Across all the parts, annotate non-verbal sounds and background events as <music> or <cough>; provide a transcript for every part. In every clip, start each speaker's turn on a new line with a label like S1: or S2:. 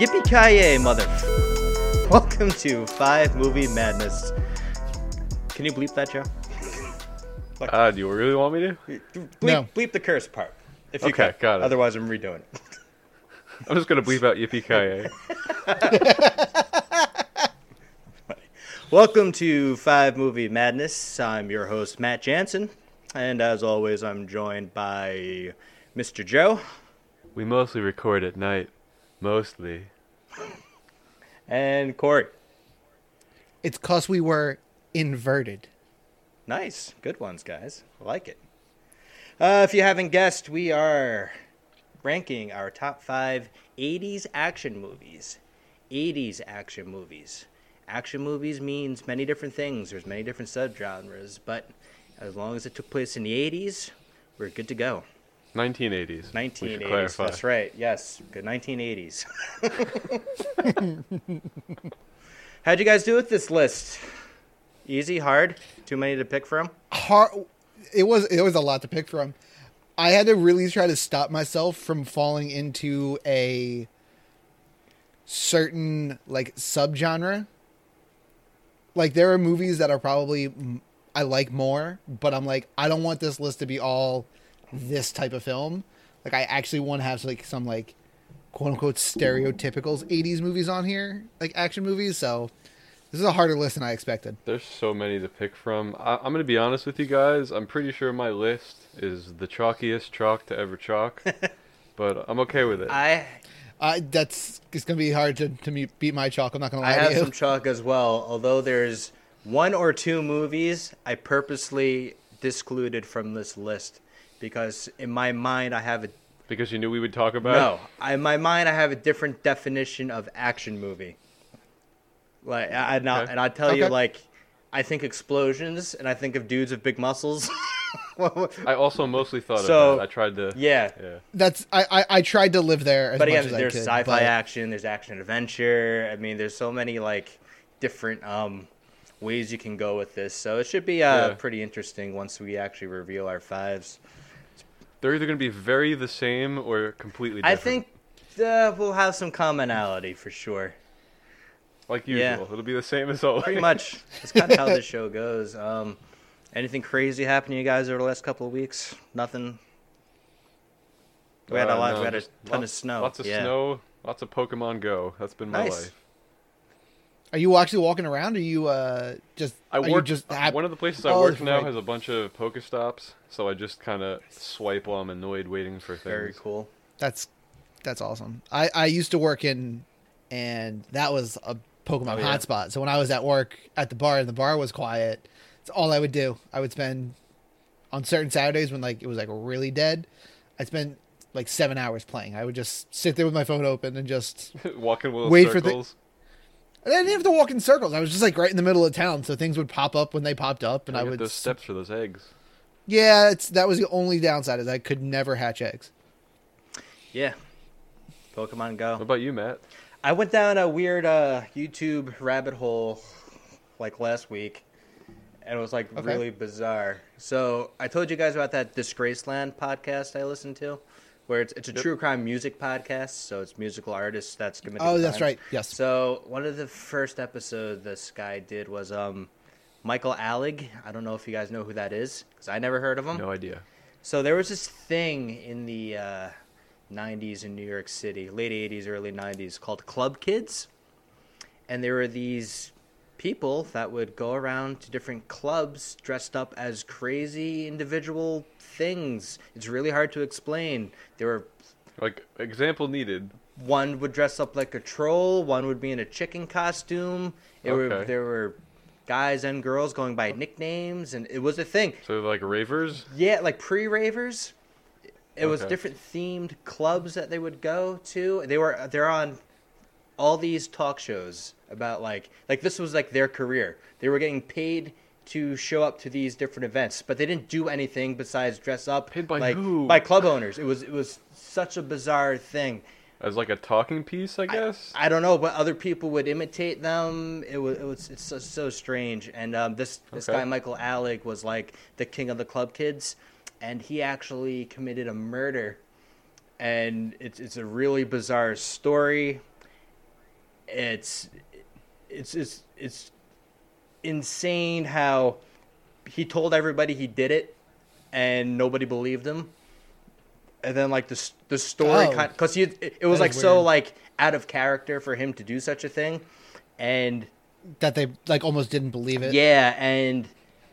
S1: Yippee ki mother! Welcome to Five Movie Madness. Can you bleep that, Joe?
S2: Uh, do you really want me to?
S1: Bleep,
S3: No.
S1: bleep the curse part. If you
S2: Okay,
S1: can.
S2: got it.
S1: Otherwise, I'm redoing it.
S2: I'm just gonna bleep out Yippee Ki
S1: Welcome to Five Movie Madness. I'm your host, Matt Jansen. And as always, I'm joined by Mr. Joe
S2: We mostly record at night, mostly.
S1: and Corey.
S3: It's cause we were inverted.
S1: Nice. Good ones, guys. I like it. Uh, if you haven't guessed, we are ranking our top five 80s action movies. 80s action movies. Action movies means many different things. There's many different subgenres, but as long as it took place in the 80s, we're good to go.
S2: 1980s. we should
S1: 1980s.
S2: clarify.
S1: That's right. Yes. Good 1980s. How'd you guys do with this list? Easy, hard, too many to pick from?
S3: Har It was it was a lot to pick from. I had to really try to stop myself from falling into a certain like subgenre. Like there are movies that are probably m- I like more, but I'm like I don't want this list to be all this type of film. Like I actually want to have like some like quote unquote stereotypical 80s movies on here, like action movies, so this is a harder list than I expected.
S2: There's so many to pick from. I- I'm gonna be honest with you guys. I'm pretty sure my list is the chalkiest chalk to
S1: <laughs>
S2: ever chalk, but I'm okay with it.
S1: I
S3: I that's it's gonna be hard to, to me- beat my chalk. I'm not gonna
S1: I
S3: lie
S1: have
S3: to you.
S1: some chalk as well. Although there's one or two movies I purposely discluded from this list because in my mind I have a
S2: because you knew we would talk about.
S1: no. I, in my mind I have a different definition of action movie. Like I, I not,
S2: Okay.
S1: and I tell you
S3: Okay.
S1: like I think explosions and I think of dudes with big muscles. <laughs>
S2: I also mostly thought
S1: So-
S2: of that. I tried to.
S1: yeah.
S2: Yeah.
S3: <laughs> That's I, I I tried to live there as
S1: But
S3: much
S1: again,
S3: as
S1: there's
S3: I could.
S1: sci-fi
S3: but
S1: action, there's action adventure. I mean, there's so many like different um, ways you can go with this. So it should be uh,
S2: Yeah.
S1: pretty interesting once we actually reveal our fives.
S2: They're either gonna be very the same or completely
S1: I
S2: different.
S1: think uh, we'll have some commonality for sure.
S2: like usual,
S1: yeah.
S2: it'll be the same as always.
S1: Pretty
S3: <laughs>
S1: much. That's kind of how this show goes. Um, anything crazy happened to you guys over the last couple of weeks? Nothing. We had a
S2: Uh,
S1: lot.
S2: no,
S1: we had a
S2: just
S1: ton of
S2: lots-
S1: snow.
S2: Lots of
S1: yeah.
S2: snow. Lots of Pokemon Go. That's been my
S1: Nice.
S2: life.
S3: are you actually walking around? Or are you uh just
S2: I
S3: are you
S2: work.
S3: just
S2: uh, one of the places I
S3: Oh,
S2: work
S3: that's
S2: now
S3: right.
S2: has a bunch of Pokestops, so I just kind of swipe while I'm annoyed, waiting for things.
S1: Very cool.
S3: that's that's awesome. I I used to work in and that was a Pokemon
S2: Oh, yeah.
S3: hotspot. So when I was at work at the bar and the bar was quiet, it's all I would do. I would spend on certain Saturdays when like it was like really dead. I spent like seven hours playing. I would just sit there with my phone open and just
S2: <laughs> Walking with
S3: Wait for thi-
S2: circles.
S3: And I didn't have to walk in circles. I was just like right in the middle of town, so things would pop up when they popped up, and
S2: I
S3: I
S2: get
S3: would.
S2: those steps for those eggs.
S3: Yeah, it's that was the only downside is I could never hatch eggs.
S1: Yeah. Pokemon Go.
S2: What about you, Matt?
S1: I went down a weird uh, YouTube rabbit hole like last week, and it was like
S3: Okay.
S1: really bizarre. So I told you guys about that Disgraceland podcast I listened to, where it's it's a true crime music podcast. So it's musical artists that's committing.
S3: Oh, that's
S1: crimes.
S3: right. Yes.
S1: So one of the first episodes this guy did was um, Michael Allig. I don't know if you guys know who that is because I never heard of him.
S2: No idea.
S1: So there was this thing in the uh, 90s in New York City, late 80s, early 90s, called Club Kids. And there were these people that would go around to different clubs dressed up as crazy individual things. It's really hard to explain. There were
S2: Like example needed.
S1: one would dress up like a troll, one would be in a chicken costume. It were,
S2: Okay.
S1: there were guys and girls going by nicknames, and it was a thing.
S2: So like ravers.
S1: Yeah, like pre ravers. It was
S2: Okay.
S1: different themed clubs that they would go to. They were they're on all these talk shows about like like this was like their career. They were getting paid to show up to these different events, but they didn't do anything besides dress up
S2: Paid by
S1: like
S2: who?
S1: by club owners. It was it was such a bizarre thing.
S2: As like a talking piece, I guess.
S1: I don't know, but other people would imitate them. It was, it was it's so, so strange. And um, this this
S2: Okay.
S1: guy Michael Alec was like the king of the club kids, and he actually committed a murder. And it's it's a really bizarre story, it's it's it's it's insane how he told everybody he did it and nobody believed him and then like the s- the story
S3: Oh.
S1: kind cuz he it, it was
S3: That
S1: like
S3: is
S1: so
S3: weird.
S1: like out of character for him to do such a thing and
S3: that they like almost didn't believe it.
S1: yeah and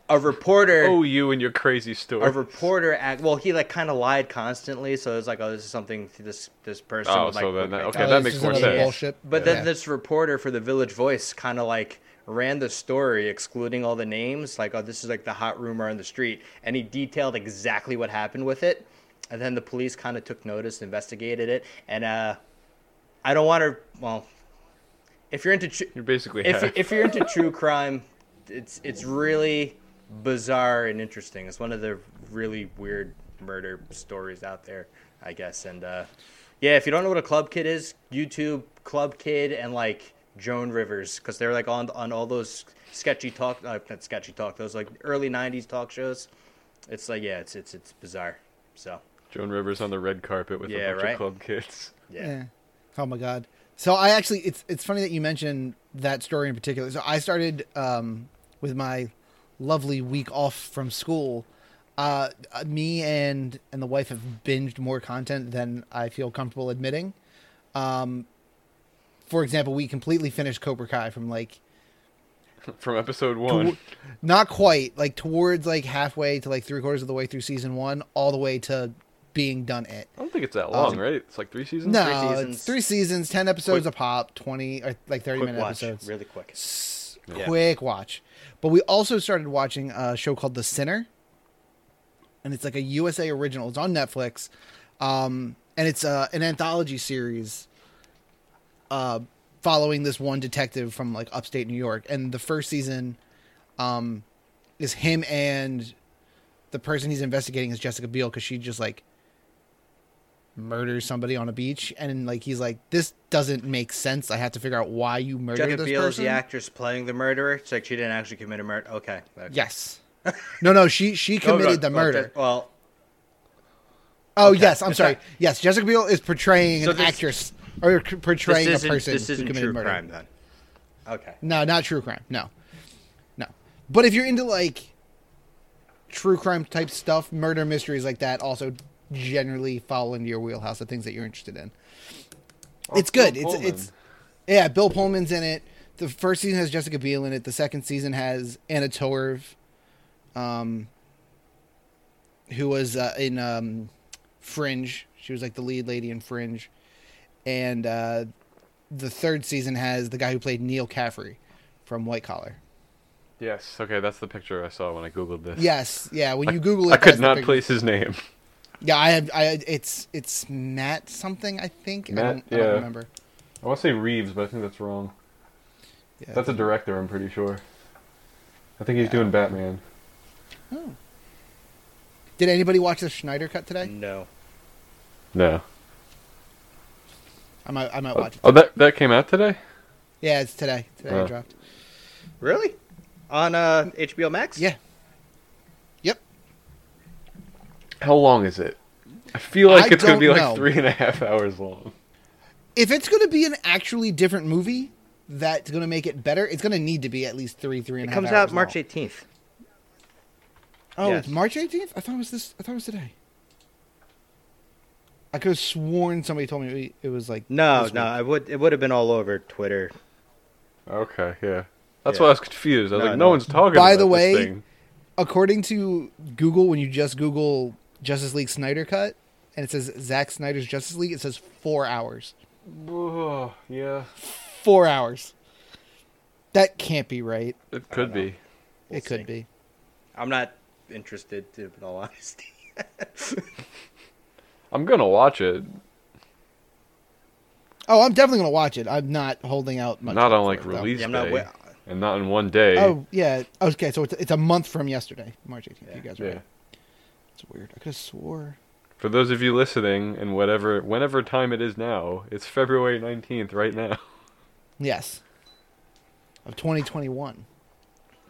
S1: a reporter
S2: Oh, you and your crazy story.
S1: a reporter act well he like kind of lied constantly so it was like oh this is something this this person
S2: Oh,
S1: would, like
S2: so then
S1: would
S2: that-
S1: make
S2: okay,
S1: up.
S3: Oh,
S2: that
S3: it's
S2: makes
S3: just
S2: more
S3: another
S2: sense.
S3: Bullshit.
S1: But
S3: Yeah.
S1: then this reporter for the Village Voice kind of like ran the story, excluding all the names, like, oh, this is like the hot rumor on the street. And he detailed exactly what happened with it. And then the police kind of took notice, investigated it. And uh, I don't want to, well, if you're into, tru-
S2: <laughs> You're basically
S1: if,
S2: half.
S1: if you're into true crime, it's, it's really bizarre and interesting. It's one of the really weird murder stories out there, I guess. And uh, yeah, if you don't know what a club kid is, YouTube club kid and like Joan Rivers because they're like on on all those sketchy talk, uh, not sketchy talk, those like early '90s talk shows. It's like yeah, it's it's it's bizarre. So
S2: Joan Rivers on the red carpet with
S1: Yeah,
S2: a bunch
S1: right?
S2: of club kids.
S1: yeah,
S3: Yeah. Oh my god. So I actually, it's it's funny that you mentioned that story in particular. So I started um, with my lovely week off from school. Uh, uh, me and and the wife have binged more content than I feel comfortable admitting. Um, for example, we completely finished Cobra Kai from like
S2: <laughs> From episode
S3: tow-
S2: one.
S3: not quite like towards like halfway to like three quarters of the way through season one, all the way to being done it.
S2: I don't think it's that long, right? It's like three seasons?
S3: Um, No,
S1: three
S3: it's
S1: seasons.
S3: three seasons, ten episodes
S2: Quick-
S3: a pop, twenty or like thirty
S1: quick
S3: minute
S1: watch,
S3: episodes.
S1: really quick.
S3: S-
S1: Yeah.
S3: Quick watch. But we also started watching a show called The Sinner, and it's like a USA original. It's on Netflix, um, and it's uh, an anthology series uh, following this one detective from like upstate New York. And the first season um, is him and the person he's investigating is Jessica Biel because she just like murders somebody on a beach and like he's like this doesn't make sense i have to figure out why you murdered
S1: Jessica
S3: this
S1: Biel is
S3: person
S1: the actress playing the murderer. It's like she didn't actually commit a murder. Okay, okay.
S3: Yes. <laughs> No, no, she she
S1: Oh, no,
S3: committed the
S1: okay,
S3: murder.
S1: Well,
S3: Oh
S1: okay.
S3: yes, I'm sorry. Yes, Jessica Biel is portraying
S1: So
S3: an
S1: this-
S3: actress or c- portraying
S1: this
S3: a
S1: isn't,
S3: person
S1: this
S3: who
S1: isn't
S3: committed
S1: true
S3: murder.
S1: crime then. Okay.
S3: No, not true crime. No, no. But if you're into like true crime type stuff, murder mysteries like that, also generally fall into your wheelhouse of things that you're interested in. it's
S2: Oh, Bill
S3: good. It's
S2: Pullman.
S3: it's yeah. Bill Pullman's in it. The first season has Jessica Biel in it. The second season has Anna Torv, um, who was uh, in um, Fringe. She was like the lead lady in Fringe, and uh, the third season has the guy who played Neil Caffrey from White Collar.
S2: Yes. Okay, that's the picture I saw when I googled this.
S3: Yes, yeah. When
S2: I,
S3: you Google it,
S2: I
S3: that's
S2: could
S3: the
S2: not
S3: big-
S2: place his name.
S3: Yeah, I have. I it's it's Matt something. I think. I,
S2: Matt,
S3: don't, I don't
S2: yeah.
S3: remember.
S2: I want to say Reeves, but I think that's wrong.
S3: Yeah.
S2: That's a director, I'm pretty sure. I think he's doing Batman.
S3: Did anybody watch the Schneider cut today?
S1: No.
S2: No.
S3: I might. I might
S2: Oh,
S3: watch it.
S2: oh, that that came out today.
S3: Yeah, it's today. Today
S2: Oh.
S3: it dropped.
S1: Really? On uh, HBO Max?
S3: Yeah. Yep.
S2: How long is it? I feel like
S3: I
S2: it's gonna
S3: don't
S2: be like
S3: know.
S2: three and a half hours long.
S3: If it's going to be an actually different movie that's going to make it better, it's going to need to be at least three, three
S1: It
S3: and a half.
S1: comes out
S3: hours
S1: March
S3: long.
S1: 18th.
S3: Oh, it's
S1: yes.
S3: March eighteenth. I thought it was this. I thought it was today. I could have sworn somebody told me it was like
S1: No,
S3: this
S1: no,
S3: week.
S1: I would. It would have been all over Twitter.
S2: Okay, yeah. That's
S1: Yeah.
S2: why I was confused. I was
S1: No,
S2: like, no,
S1: no.
S2: one's talking.
S3: By
S2: about
S3: the
S2: this
S3: way-
S2: thing.
S3: According to Google, when you just Google Justice League Snyder cut and it says Zack Snyder's Justice League, it says four hours.
S2: Oh, yeah,
S3: Four hours. That can't be right.
S2: it could be.
S1: We'll
S3: it could
S1: see.
S3: be.
S1: I'm not interested, to- in all <laughs> honesty.
S2: I'm gonna watch it.
S3: Oh, I'm definitely gonna watch it. I'm not holding out much.
S2: not
S3: hope
S2: on
S3: for
S2: like
S3: it, though.
S2: release
S1: Yeah, I'm not
S2: day,
S1: wa-
S2: and not in one day.
S3: Oh yeah. Okay, so it's, it's a month from yesterday, March 18th.
S1: Yeah.
S3: You guys are
S2: yeah.
S3: right. It's weird. I could have swore.
S2: For those of you listening, and whatever, whenever time it is now, it's February nineteenth right now. <laughs>
S3: Yes. Of 2021.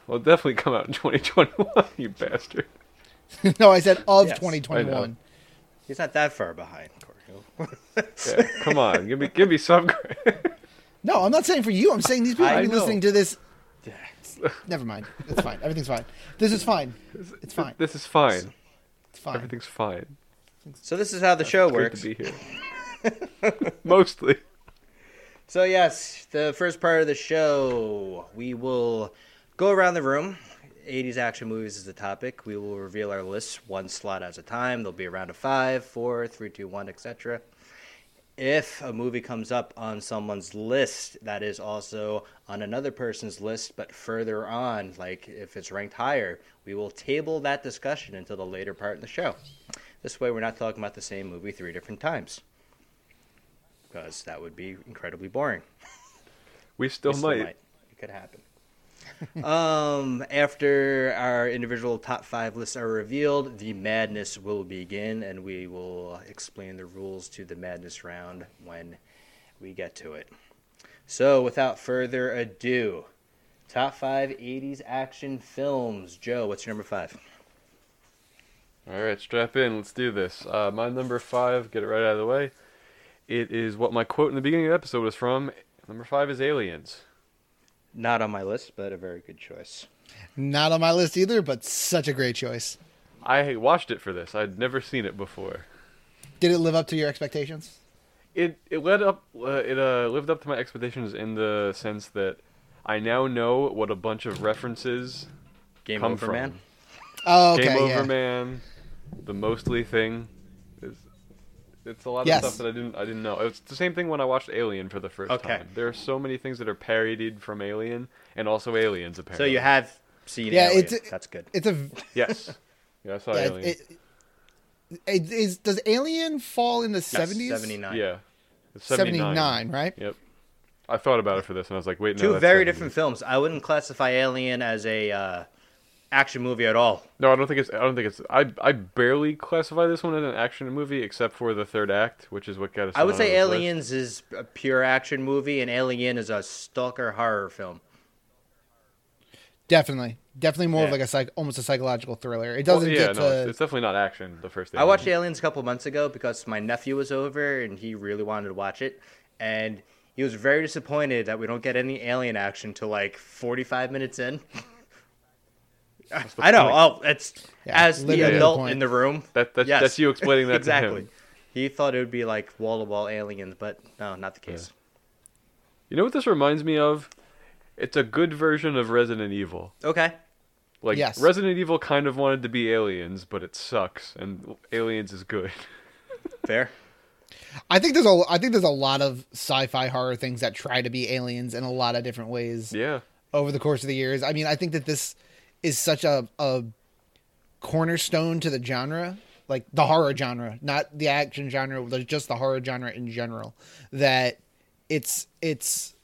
S2: Well, it'll definitely come out in 2021, you bastard.
S3: <laughs> no, I said of
S1: Yes, I know.
S3: 2021.
S1: He's not that far behind, Corey.
S2: <laughs> Yeah, come on, give me give me some. credit.
S3: No, I'm not saying for you. I'm saying these people
S1: I
S3: have been
S2: know.
S3: listening to this. <laughs> Never mind. It's fine. Everything's fine. This is fine. It's fine.
S2: This is fine.
S3: It's fine.
S2: Everything's fine.
S1: So this is how the show
S2: Great to
S1: works.
S2: be here. Mostly.
S1: So yes, the first part of the show, we will go around the room. 80s action movies is the topic. We will reveal our lists one slot at a time. There'll be a round of five, four, three, two, one, etc. If a movie comes up on someone's list that is also on another person's list, but further on, like if it's ranked higher, we will table that discussion until the later part in the show. This way, we're not talking about the same movie three different times because that would be incredibly boring.
S2: We still,
S1: We still
S2: might.
S1: It could happen. <laughs> um, after our individual top five lists are revealed, the madness will begin, and we will explain the rules to the madness round when we get to it. So, without further ado, top five 80s action films. Joe, what's your number five?
S2: All right, strap in. Let's do this. Uh, my number five, get it right out of the way. It is what my quote in the beginning of the episode was from. Number five is Aliens.
S1: Not on my list, but a very good choice.
S3: Not on my list either, but such a great choice.
S2: I watched it for this. I'd never seen it before.
S3: Did it live up to your expectations?
S2: It it led up. Uh, it uh, lived up to my expectations in the sense that I now know what a bunch of references
S1: Game
S2: Come
S1: over,
S2: from.
S1: man.
S3: Oh, okay.
S2: Game Over
S3: yeah.
S2: Man, the mostly thing, is it's a lot
S3: Yes.
S2: of stuff that I didn't I didn't know. It's the same thing when I watched Alien for the first
S1: Okay.
S2: time. There are so many things that are parodied from Alien and also Aliens
S1: So
S2: apparently.
S1: you have seen
S3: Yeah,
S1: Alien.
S3: it's-
S1: That's good.
S2: <laughs>
S3: It's a
S2: yes. Yeah, I saw
S3: yeah,
S2: Alien.
S3: it, it, is, does Alien fall in the seventies?
S1: 79.
S2: yeah, It's 79.
S3: 79, right?
S2: Yep. I thought about it for this and I was like, wait, no.
S1: Two
S2: that's
S1: very
S2: 70s.
S1: different films. I wouldn't classify Alien as a uh, action movie at all.
S2: No, I don't think it's. I don't think it's. I I barely classify this one as an action movie, except for the third act, which is what got us.
S1: I would
S2: on
S1: say
S2: this list.
S1: Aliens is a pure action movie, and Alien is a stalker horror film.
S3: Definitely. Definitely more of
S1: Yeah.
S3: like a psych, almost a psychological thriller. It
S2: Well,
S3: doesn't
S2: yeah,
S3: get
S2: no,
S3: to
S2: it's, it's definitely not action. The first.
S1: I
S2: Alien.
S1: watched Aliens a couple months ago because my nephew was over and he really wanted to watch it, and he was very disappointed that we don't get any Alien action till like 45 minutes
S2: <laughs>
S1: in.
S2: the
S1: I know.
S2: point.
S1: Oh, it's
S3: Yeah,
S1: as the
S3: literally the
S1: adult
S3: point.
S1: in the room.
S2: That- that's-
S1: yes.
S2: that's you
S1: <laughs>
S2: explaining that to
S1: exactly.
S2: him.
S1: He thought it would be like wall to wall aliens, but no, not the case.
S2: You know what this reminds me of? It's a good version of Resident Evil.
S1: Okay.
S2: Like
S3: Yes.
S2: Resident Evil kind of wanted to be Aliens, but it sucks, and Aliens is good. <laughs>
S1: Fair.
S3: I think there's a I think there's a lot of sci-fi horror things that try to be aliens in a lot of different ways
S2: yeah,
S3: over the course of the years. I mean, I think that this is such a a cornerstone to the genre, like the horror genre, not the action genre, but just the horror genre in general. That it's it's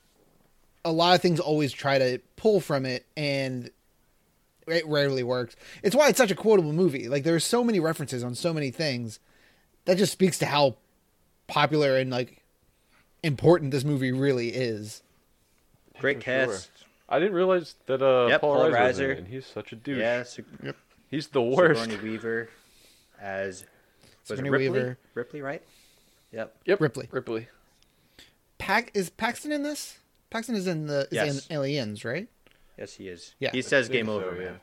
S3: a lot of things always try to pull from it and it rarely works. It's why it's such a quotable movie. Like there's so many references on so many things. That just speaks to how popular and like important this movie really is.
S1: Great
S2: for sure.
S1: cast.
S2: I didn't realize that uh,
S1: Yep,
S2: Paul,
S1: Paul
S2: Reiser, was in
S1: Reiser.
S2: it, and he's such a douche.
S1: Yeah, Sig-
S2: He's the worst.
S1: Sigourney Weaver as was it
S3: Sigourney
S1: Ripley?
S3: Weaver.
S1: Ripley, right? Yep.
S2: Yep,
S3: Ripley.
S2: Ripley.
S3: Pac is Paxton in this? Paxton is in the is
S1: Yes.
S3: in Aliens, right?
S1: Yes, he is.
S3: Yeah.
S1: He says game
S2: think so,
S1: over,
S2: yeah.
S1: man.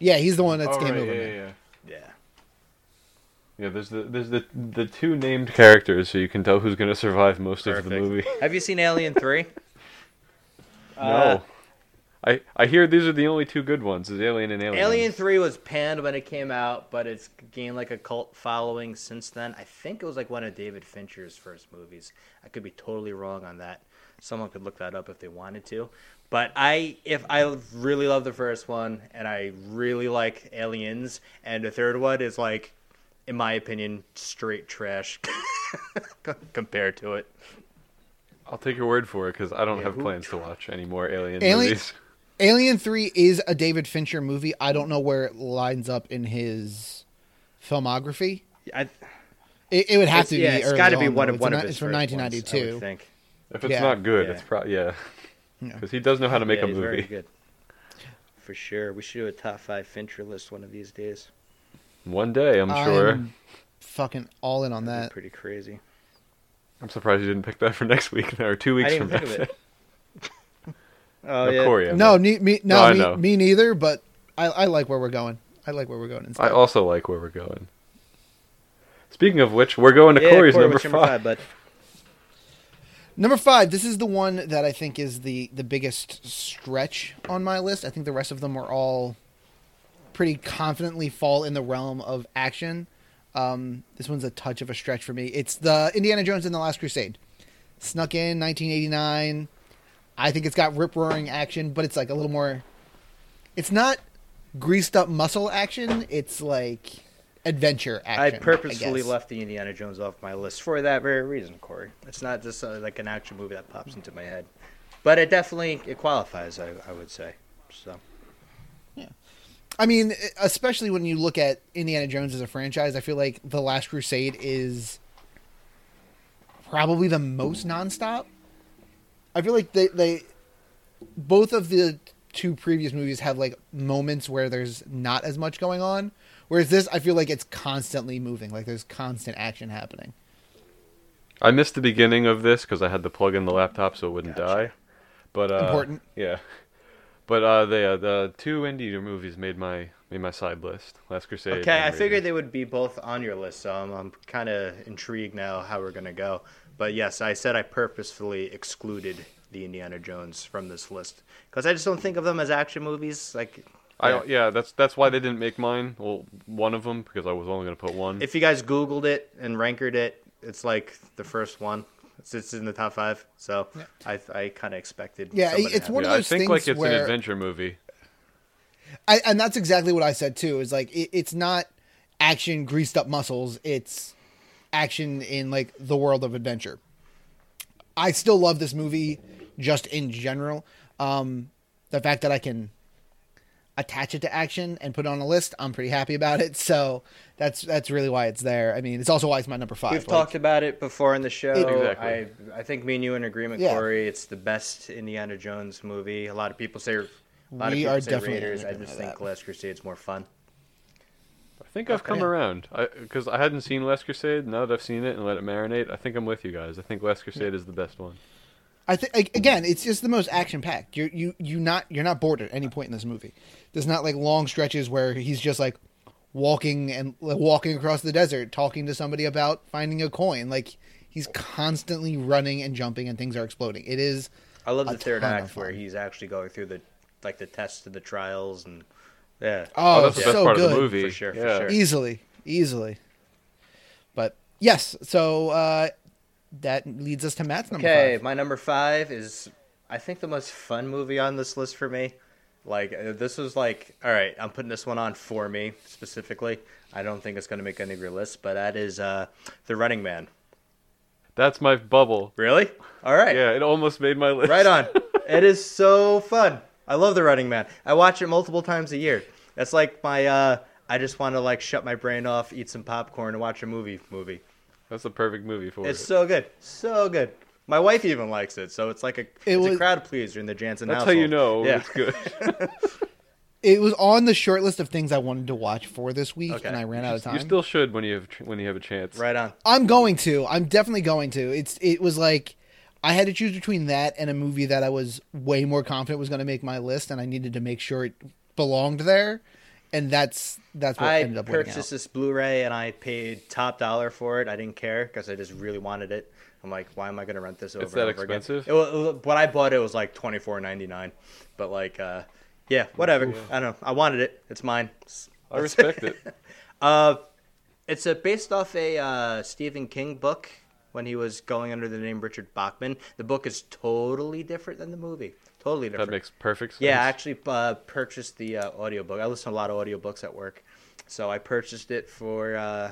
S3: Yeah, he's the one that's
S2: Oh,
S3: game
S2: right,
S3: over.
S2: yeah,
S3: man.
S2: yeah, yeah.
S1: Yeah.
S2: Yeah, there's the there's the the two named characters, so you can tell who's gonna survive most of the
S1: Perfect. <laughs>
S2: movie.
S1: Have you seen Alien Three? Uh,
S2: no, I I hear these are the only two good ones: is Alien and Alien.
S1: Alien Three was panned when it came out, but it's gained like a cult following since then. I think it was like one of David Fincher's first movies. I could be totally wrong on that. Someone could look that up if they wanted to. But I, if I really love the first one, and I really like Aliens, and the third one is like, in my opinion, straight trash <laughs> c- compared to it.
S2: I'll take your word for it because I don't
S1: Yeah,
S2: have
S1: who-
S2: plans to watch any more Alien,
S3: Alien-
S2: movies. <laughs>
S3: Alien Three is a David Fincher movie. I don't know where it lines up in his filmography.
S1: I,
S3: It, it would have
S1: it's-
S3: to be.
S1: yeah, it's
S3: got
S1: gotta
S3: to
S1: be one of
S3: it's
S1: one
S3: not-
S1: of his.
S3: It's from
S1: first ones, I would
S3: 1992.
S1: think.
S2: If it's
S3: Yeah.
S2: not good,
S1: Yeah.
S2: it's probably yeah.
S3: Yeah.
S2: Because he does know how to make
S1: Yeah,
S2: a
S1: he's Very
S2: movie.
S1: good. For sure. We should do a top five Fincher list one of these days.
S2: One day, I'm sure.
S3: I'm fucking all in on
S1: That'd
S3: that.
S1: be pretty crazy.
S2: I'm surprised you didn't pick that for next <laughs> week or two
S1: I
S2: weeks
S1: didn't
S2: from
S1: think of
S2: now. <laughs>
S1: it. Oh
S2: of
S1: yeah.
S2: course,
S3: no, ne- me,
S2: No, I
S3: no,
S2: know.
S3: me, me neither. But I, I like where we're going. I like where we're going.
S2: I
S3: Instead.
S2: also like where we're going. Speaking of which, we're going to
S1: Yeah,
S2: Corey's
S1: Corey,
S2: number
S1: what's your
S2: five.
S1: number five, bud?
S3: Number five. This is the one that I think is the the biggest stretch on my list. I think the rest of them are all pretty confidently fall in the realm of action. Um, this one's a touch of a stretch for me. It's the Indiana Jones and the Last Crusade. Snuck in 1989. I think it's got rip roaring action, but it's like a little more. It's not greased up muscle action. It's like adventure
S1: I
S3: action.
S1: purposefully
S3: guess.
S1: left the Indiana Jones off my list for that very reason, Corey. It's not just uh, like an action movie that pops into my head, but it definitely it qualifies. I, I would say. So
S3: I mean, especially when you look at Indiana Jones as a franchise, I feel like The Last Crusade is probably the most nonstop. I feel like they, they both of the two previous movies have like moments where there's not as much going on, whereas this I feel like it's constantly moving, like there's constant action happening.
S2: I missed the beginning of this because I had to plug in the laptop so it wouldn't
S1: Gotcha.
S2: die. But uh,
S3: Important.
S2: yeah. But uh, the uh, the two indie movies made my made my side list. Last Crusade.
S1: okay,
S2: and
S1: I figured
S2: Raiders.
S1: they would be both on your list, so I'm, I'm kind of intrigued now how we're gonna go. But yes, I said I purposefully excluded the Indiana Jones from this list because I just don't think of them as action movies. Like,
S2: I yeah, that's that's why they didn't make mine. Well, one of them because I was only gonna put one.
S1: if you guys Googled it and rankered it, it's like the first one. It's, it's in the top five, so I I kind of expected.
S3: Yeah,
S1: somebody to
S3: it's
S1: have
S3: one
S1: it.
S2: yeah,
S3: of those
S2: I think like
S3: things
S2: it's an
S3: where-
S2: adventure movie.
S3: I, and that's exactly what I said too. Is like it, it's not action greased up muscles. It's action in like the world of adventure. I still love this movie, just in general. Um, the fact that I can attach it to action and put it on a list, I'm pretty happy about it. <laughs> So that's that's really why it's there. I mean, it's also why it's my number 5
S1: We've
S3: Like,
S1: talked about it before in the show.
S2: Exactly.
S1: I I think me and you in agreement,
S3: Yeah.
S1: Corey. It's the best Indiana Jones movie. A lot of people say. A lot
S3: We
S1: of people
S3: are
S1: say
S3: definitely in
S1: Raiders. I
S3: agreement
S1: just
S3: with
S1: think
S3: that.
S1: Last Crusade's more fun.
S2: I think I've come
S3: Yeah.
S2: around because I, hadn't seen Last Crusade. Now that I've seen it and let it marinate, I think I'm with you guys. I think Last Crusade is the best one.
S3: I think again, it's just the most action packed. You you you not you're not bored at any point in this movie. There's not like long stretches where he's just like walking and like, walking across the desert, talking to somebody about finding a coin. Like he's constantly running and jumping, and things are exploding. It is
S1: I love
S3: A
S1: the third
S3: ton
S1: act
S3: of
S1: where
S3: fun.
S1: he's actually going through the like the tests and the trials and yeah.
S3: oh,
S2: that's the best
S3: so
S2: part
S3: good,
S2: of the movie.
S1: For sure, for
S2: yeah.
S1: sure.
S3: easily, easily. But yes, so uh, that leads us to Matt's number
S1: Okay,
S3: five.
S1: my number five is I think the most fun movie on this list for me. Like uh, this was like, all right, I'm putting this one on for me specifically. I don't think it's going to make any of your lists, but that is uh, the Running Man.
S2: That's my bubble.
S1: Really? All right,
S2: Yeah, it almost made my list.
S1: right on.
S2: <laughs>
S1: it is so fun. I love the Running Man. I watch it multiple times a year. That's like my. Uh, I just want to like shut my brain off, eat some popcorn, and watch a movie. Movie.
S2: That's the perfect movie for
S1: It's
S2: it.
S1: so good, so good. My wife even likes it, so it's like a it's a
S3: was-
S1: crowd pleaser in the Jansen
S2: That's
S1: household.
S2: how you know
S1: Yeah.
S2: it's good.
S3: It was on the short list of things I wanted to watch for this week,
S1: Okay.
S3: and I ran out of time.
S2: you still should when you have ch- when you have a chance.
S1: Right on.
S3: I'm going to. I'm definitely going to. It's it was like I had to choose between that and a movie that I was way more confident was going to make my list, and I needed to make sure it belonged there, and that's that's what
S1: I
S3: ended up working
S1: purchased
S3: out.
S1: this Blu-ray and I paid top dollar for it. I didn't care because I just really wanted it. I'm like, why am I going to rent this over?
S2: that
S1: and over again?
S2: expensive?
S1: It wa- It, wa- when I bought it, it was like twenty four ninety nine, but like, uh, yeah, whatever. I don't know. I wanted it. It's mine.
S2: I respect it.
S1: Uh, <laughs> it's a, based off a uh, Stephen King book when he was going under the name Richard Bachman. The book is totally different than the movie. Totally different.
S2: That makes perfect sense.
S1: Yeah, I actually uh, purchased the uh, audiobook. I listen to a lot of audiobooks at work. So I purchased it for, uh,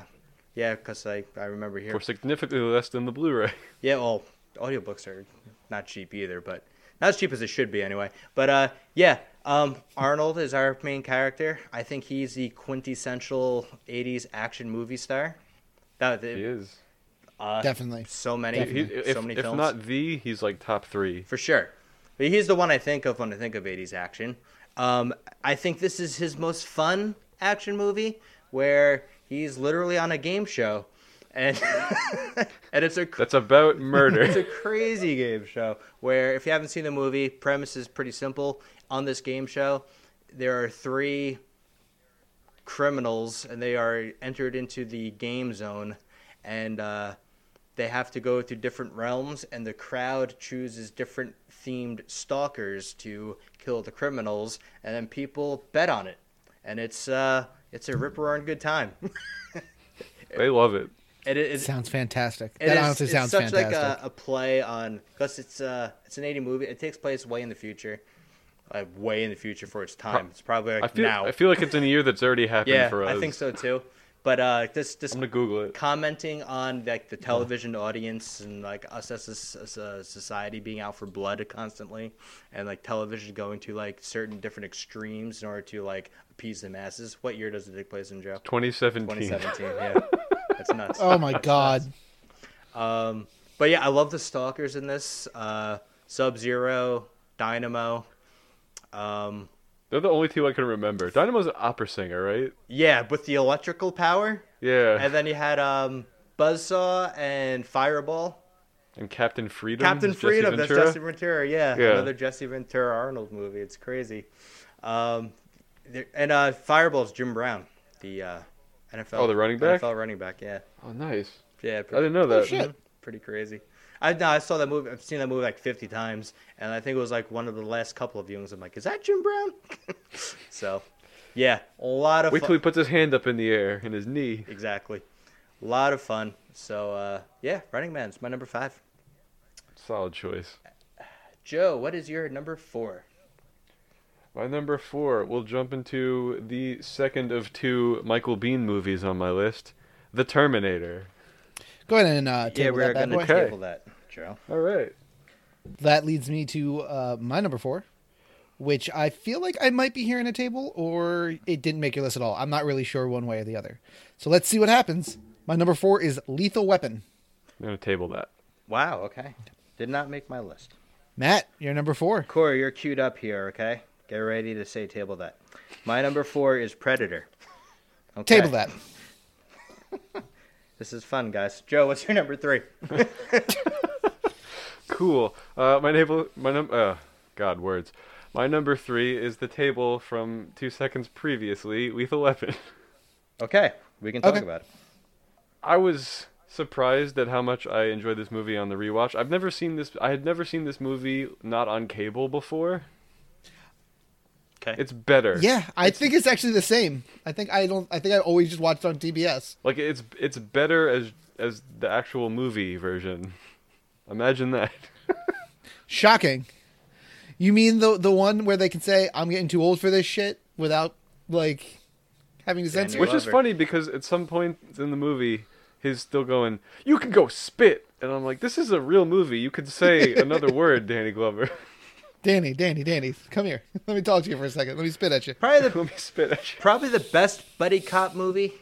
S1: yeah, because I, I remember here.
S2: for significantly less than
S1: <laughs>
S2: the Blu-ray.
S1: Yeah, well, audiobooks are not cheap either, but not as cheap as it should be anyway. But uh, yeah, um, Arnold is our main character. I think he's the quintessential 80s action movie star. That,
S2: He is.
S1: uh,
S3: Definitely.
S1: So many,
S2: He- he- if,
S1: so many
S2: if
S1: films.
S2: not the, he's like top three.
S1: For sure. But he's the one I think of when I think of 80s action. Um, I think this is his most fun action movie where he's literally on a game show and <laughs> and it's a cr-
S2: That's about
S1: it's <laughs>
S2: murder.
S1: a crazy game show where if you haven't seen the movie, premise is pretty simple. On this game show, there are three criminals and they are entered into the game zone and uh, they have to go through different realms and the crowd chooses different themed stalkers to kill the criminals and then people bet on it and it's uh, it's a rip roaring good time <laughs>
S2: they love it.
S1: and it, it,
S3: Sounds fantastic.
S1: it
S3: that
S1: is-
S3: honestly
S1: it's
S3: sounds
S1: such
S3: fantastic.
S1: like uh, a, a play on because it's uh it's an 80 movie. It takes place way in the future, uh, way in the future for its time. It's probably like
S2: I feel
S1: now.
S2: I feel like it's in a year that's already happened
S1: yeah,
S2: for us.
S1: I think so too. But uh, this this
S2: I'm gonna Google it.
S1: commenting on like the television audience and like us as a, s- as a society being out for blood constantly, and like television going to like certain different extremes in order to like appease the masses. What year does it take place in Joe?
S2: 2017.
S1: 2017. yeah, that's nuts.
S3: <laughs>
S1: <laughs>
S3: oh my god.
S1: Um, but yeah, I love the stalkers in this. Uh, Sub Zero, Dynamo. Um,
S2: They're the only two I can remember. Dynamo's an opera singer, right?
S1: yeah, with the electrical power.
S2: Yeah.
S1: And then you had um, Buzzsaw and Fireball.
S2: And Captain Freedom.
S1: Captain
S2: Jesse
S1: Freedom, that's
S2: Ventura?
S1: Jesse Ventura, yeah.
S2: Yeah.
S1: Another Jesse Ventura Arnold movie. It's crazy. Um, there- and uh, Fireball's Jim Brown, the uh, NFL.
S2: Oh, the running back?
S1: NFL running back, yeah.
S2: Oh, nice.
S1: Yeah,
S2: I didn't know that.
S3: shit.
S1: pretty crazy. I no, I saw that movie. I've seen that movie like fifty times, and I think it was like one of the last couple of viewings. I'm like, is that Jim Brown? <laughs> so, yeah, a lot of
S2: <laughs> Wait till
S1: fun.
S2: he puts his hand up in the air and his knee.
S1: exactly, a lot of fun. So, uh, yeah, Running Man's my number five.
S2: Solid choice.
S1: Joe, what is your number four?
S2: My number four, we'll jump into the second of two Michael Bean movies on my list, The Terminator.
S3: Go ahead and
S1: yeah,
S3: uh, table
S1: we're
S3: that bad
S1: gonna
S3: boy.
S2: Okay.
S1: table that, Joe.
S2: All right.
S3: That leads me to uh, my number four, which I feel like I might be here in a table, or it didn't make your list at all. I'm not really sure one way or the other. So let's see what happens. My number four is Lethal Weapon.
S2: I'm going to table that.
S1: Wow, okay, did not make my list.
S3: Matt, you're number four.
S1: Corey, you're queued up here. Okay, get ready to say table that. My number four is Predator. Okay.
S3: Table that.
S1: This is fun, guys. Joe, what's your number three?
S2: Cool. Uh, my table. My num. Uh, God, words. My number three is the table from two seconds previously. Lethal Weapon. <laughs>
S1: Okay, we can talk
S3: Okay.
S1: about it.
S2: I was surprised at how much I enjoyed this movie on the rewatch. I've never seen this. I had never seen this movie not on cable before.
S1: Okay.
S2: It's better.
S3: Yeah, I think it's actually the same. I think I don't. I think I always just watched on TBS.
S2: Like it's it's better as as the actual movie version. Imagine <laughs> that.
S3: Shocking. You mean the the one where they can say I'm getting too old for this shit without like having to censor?
S1: They
S2: Which
S1: love
S2: is
S1: her.
S2: funny because at some point in the movie, he's still going, "You can go spit," and I'm like, "This is a real movie. You could say another word, Danny Glover." <laughs>
S3: Danny, Danny, Danny, come here. <laughs> Let me talk to you for a second. Let me spit at you.
S1: Probably the
S2: Let me spit at you.
S1: probably the best buddy cop movie,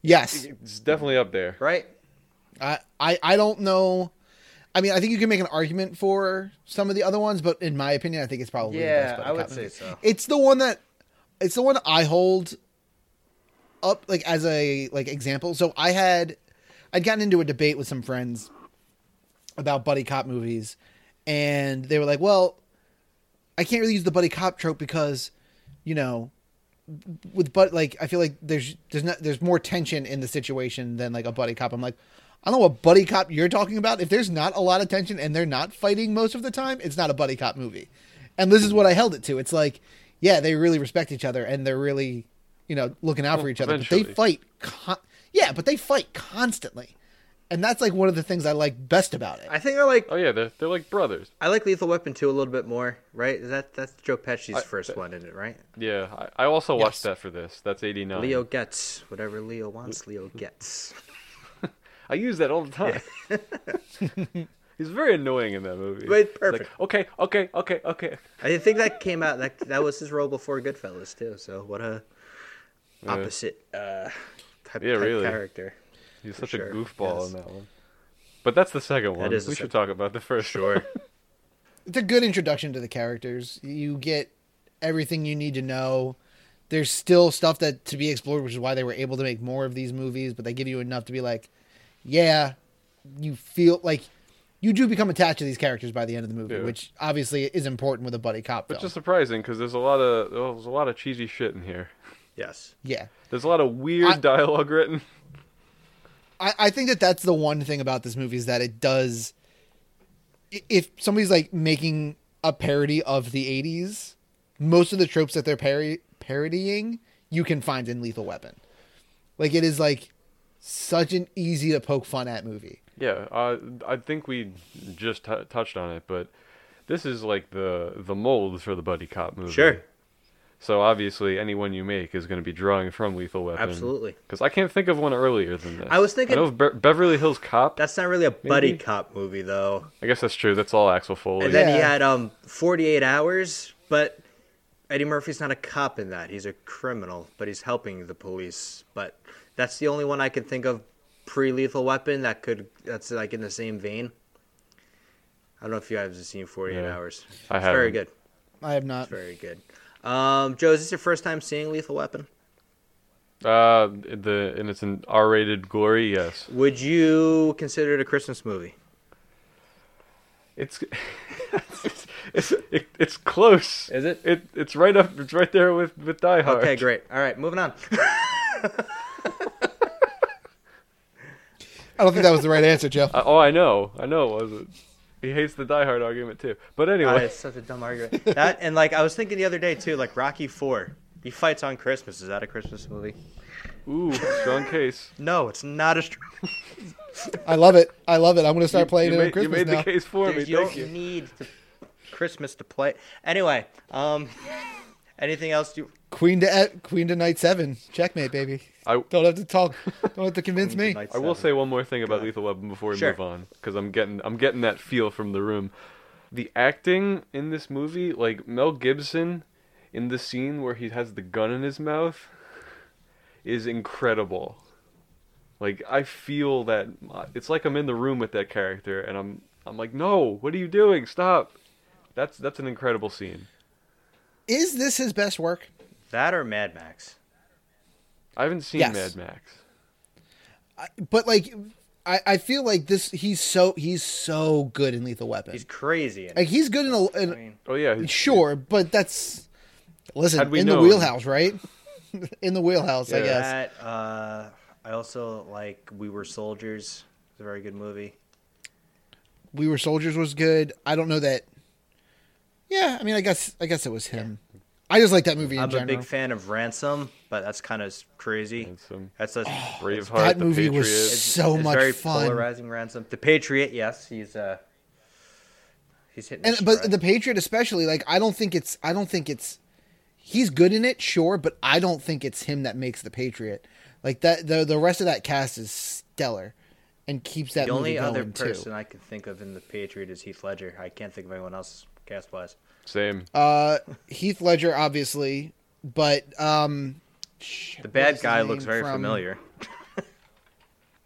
S3: Yes,
S2: It's definitely up there.
S1: right?
S3: I I, I don't know. I mean, I think you can make an argument for some of the other ones, but in my opinion, I think it's probably the best
S1: Yeah,
S3: buddy
S1: I would
S3: cop movie.
S1: say so.
S3: It's the one that it's the one I hold up like as a like example. So I had I'd gotten into a debate with some friends about buddy cop movies and they were like, "Well, I can't really use the buddy cop trope because, you know, with but like I feel like there's there's not there's more tension in the situation than like a buddy cop. I'm like, I don't know what buddy cop you're talking about. If there's not a lot of tension and they're not fighting most of the time, it's not a buddy cop movie. And this is what I held it to. It's like, yeah, they really respect each other and they're really, you know, looking out for each other. But they
S2: eventually.
S3: fight, con- yeah, but they fight constantly, and that's like one of the things I like best about it.
S1: I think I like
S2: Oh yeah, they're they're like brothers.
S1: I like Lethal Weapon 2 a little bit more, right? That that's Joe Pesci's
S2: I-
S1: first one, isn't it? Right?
S2: Yeah, I, I also watched
S3: Yes.
S2: that for this. That's eighty nine.
S1: Leo gets whatever Leo wants. Leo gets.
S2: I use that all the time. <laughs> He's very annoying in that movie.
S1: Right,
S2: He's
S1: perfect.
S2: Like, okay, okay, okay, okay.
S1: I think that came out. That that was his role before Goodfellas too. So what a opposite uh, type,
S2: Yeah,
S1: type
S2: really.
S1: character.
S2: He's
S1: For
S2: such
S1: sure,
S2: a goofball
S1: yes.
S2: in that one. But that's the second one.
S1: is the
S2: we
S1: second-
S2: should talk about the first. Sure.
S3: it's a good introduction to the characters. You get everything you need to know. There's still stuff that to be explored, which is why they were able to make more of these movies, but they give you enough to be like, yeah, you feel like you do become attached to these characters by the end of the movie,
S2: Yeah.
S3: which obviously is important with a buddy cop
S2: Which
S3: film.
S2: is surprising because there's a lot of there's a lot of cheesy shit in here.
S1: <laughs> Yes.
S3: yeah,
S2: There's a lot of weird
S3: I-
S2: dialogue written.
S3: I, I think that that's the one thing about this movie is that it does. i- If somebody's like making a parody of the '80s, most of the tropes that they're pari- parodying you can find in Lethal Weapon. Like it is like such an easy to poke fun at movie.
S2: Yeah, uh, I think we just t- touched on it, but this is like the the molds for the buddy cop movie.
S1: Sure.
S2: So obviously, anyone you make is going to be drawing from Lethal Weapon.
S1: Absolutely.
S2: Because I can't think of one earlier than this.
S1: I was thinking-
S2: I know of Be- Beverly Hills Cop.
S1: That's not really a buddy
S2: Maybe.
S1: cop movie though.
S2: I guess that's true. That's all Axel Foley.
S1: And then he
S3: Yeah.
S1: had um 48 hours, but Eddie Murphy's not a cop in that. He's a criminal, but he's helping the police. But that's the only one I could think of pre-lethal weapon that could that's like in the same vein. I don't know if you guys have seen 48
S2: Yeah.
S1: hours.
S2: I
S1: it's very
S2: haven't.
S1: good.
S3: I have not.
S1: Very good. Um, Joe, is this your first time seeing Lethal Weapon?
S2: Uh, the and it's an R-rated glory. Yes,
S1: Would you consider it a Christmas movie?
S2: it's <laughs> it's, it's, it, it's close.
S1: Is it?
S2: It it's right up. It's right there with with Die Hard.
S1: Okay, great. All right, moving on.
S3: I don't think that was the right
S2: <laughs>
S3: answer, Jeff.
S2: Uh, oh, I know. I know it wasn't. He hates the Die Hard argument too. But
S1: God,
S2: anyway,
S1: it's such a dumb argument. That and like I was thinking the other day too, like Rocky Four. He fights on Christmas. Is that a Christmas movie?
S2: ooh, strong case.
S1: No, it's not a. Str-
S3: <laughs> I love it. I love it. I'm gonna start playing
S2: you
S3: it
S2: made,
S3: at Christmas
S2: you made
S3: now.
S2: the case for me.
S1: Dude, you
S2: Thank
S1: don't
S2: you.
S1: need to, Christmas to play. Anyway, um, anything else? You
S3: Queen to e- Queen to Knight Seven. Checkmate, baby.
S2: I
S3: Don't have to talk. Don't have to convince me.
S1: Knight
S2: I will say
S1: Seven.
S2: one more thing about Lethal Weapon before we
S1: Sure.
S2: move on, because I'm getting I'm getting that feel from the room. The acting in this movie, like Mel Gibson, in the scene where he has the gun in his mouth, is incredible. Like I feel that it's like I'm in the room with that character, and I'm I'm like, no, what are you doing? Stop. That's that's an incredible scene.
S3: Is this his best work?
S1: that or Mad Max.
S2: I haven't seen
S3: Yes.
S2: Mad Max.
S3: But like, I, I feel like this. He's so he's so good in Lethal Weapon.
S1: He's crazy. In
S3: like
S1: it.
S3: he's good in a.
S1: I
S3: In,
S1: mean,
S2: Oh yeah, he's-
S3: sure, but that's listen
S2: Had we
S3: in the
S2: known.
S3: wheelhouse, right? <laughs> in the wheelhouse, I
S2: Yeah.
S3: guess.
S1: that. Uh, I also like We Were Soldiers. It's a very good movie.
S3: We Were Soldiers was good. I don't know that. Yeah, I mean, I guess I guess it was him. I just like that movie in
S1: I'm
S3: general.
S1: a big fan of Ransom, but that's kind of crazy.
S2: It's, um,
S1: That's
S3: <sighs>
S1: a
S2: Braveheart,
S3: that
S2: The
S3: movie was
S2: Patriot.
S3: s- so much
S1: very
S3: fun.
S1: Polarizing ransom. The Patriot, yes, he's uh, he's hitting.
S3: and
S1: his
S3: but
S1: stride.
S3: the Patriot especially, like I don't think it's I don't think it's he's good in it, sure, but I don't think it's him that makes the Patriot. Like that the the rest of that cast is stellar and keeps that
S1: The
S3: movie
S1: only
S3: going
S1: other
S3: too.
S1: person I can think of in the Patriot is Heath Ledger. I can't think of anyone else cast wise.
S2: Same.
S3: Uh Heath Ledger obviously, but um shit,
S1: The
S3: what
S1: bad
S3: is his
S1: guy
S3: name
S1: looks very
S3: from
S1: familiar.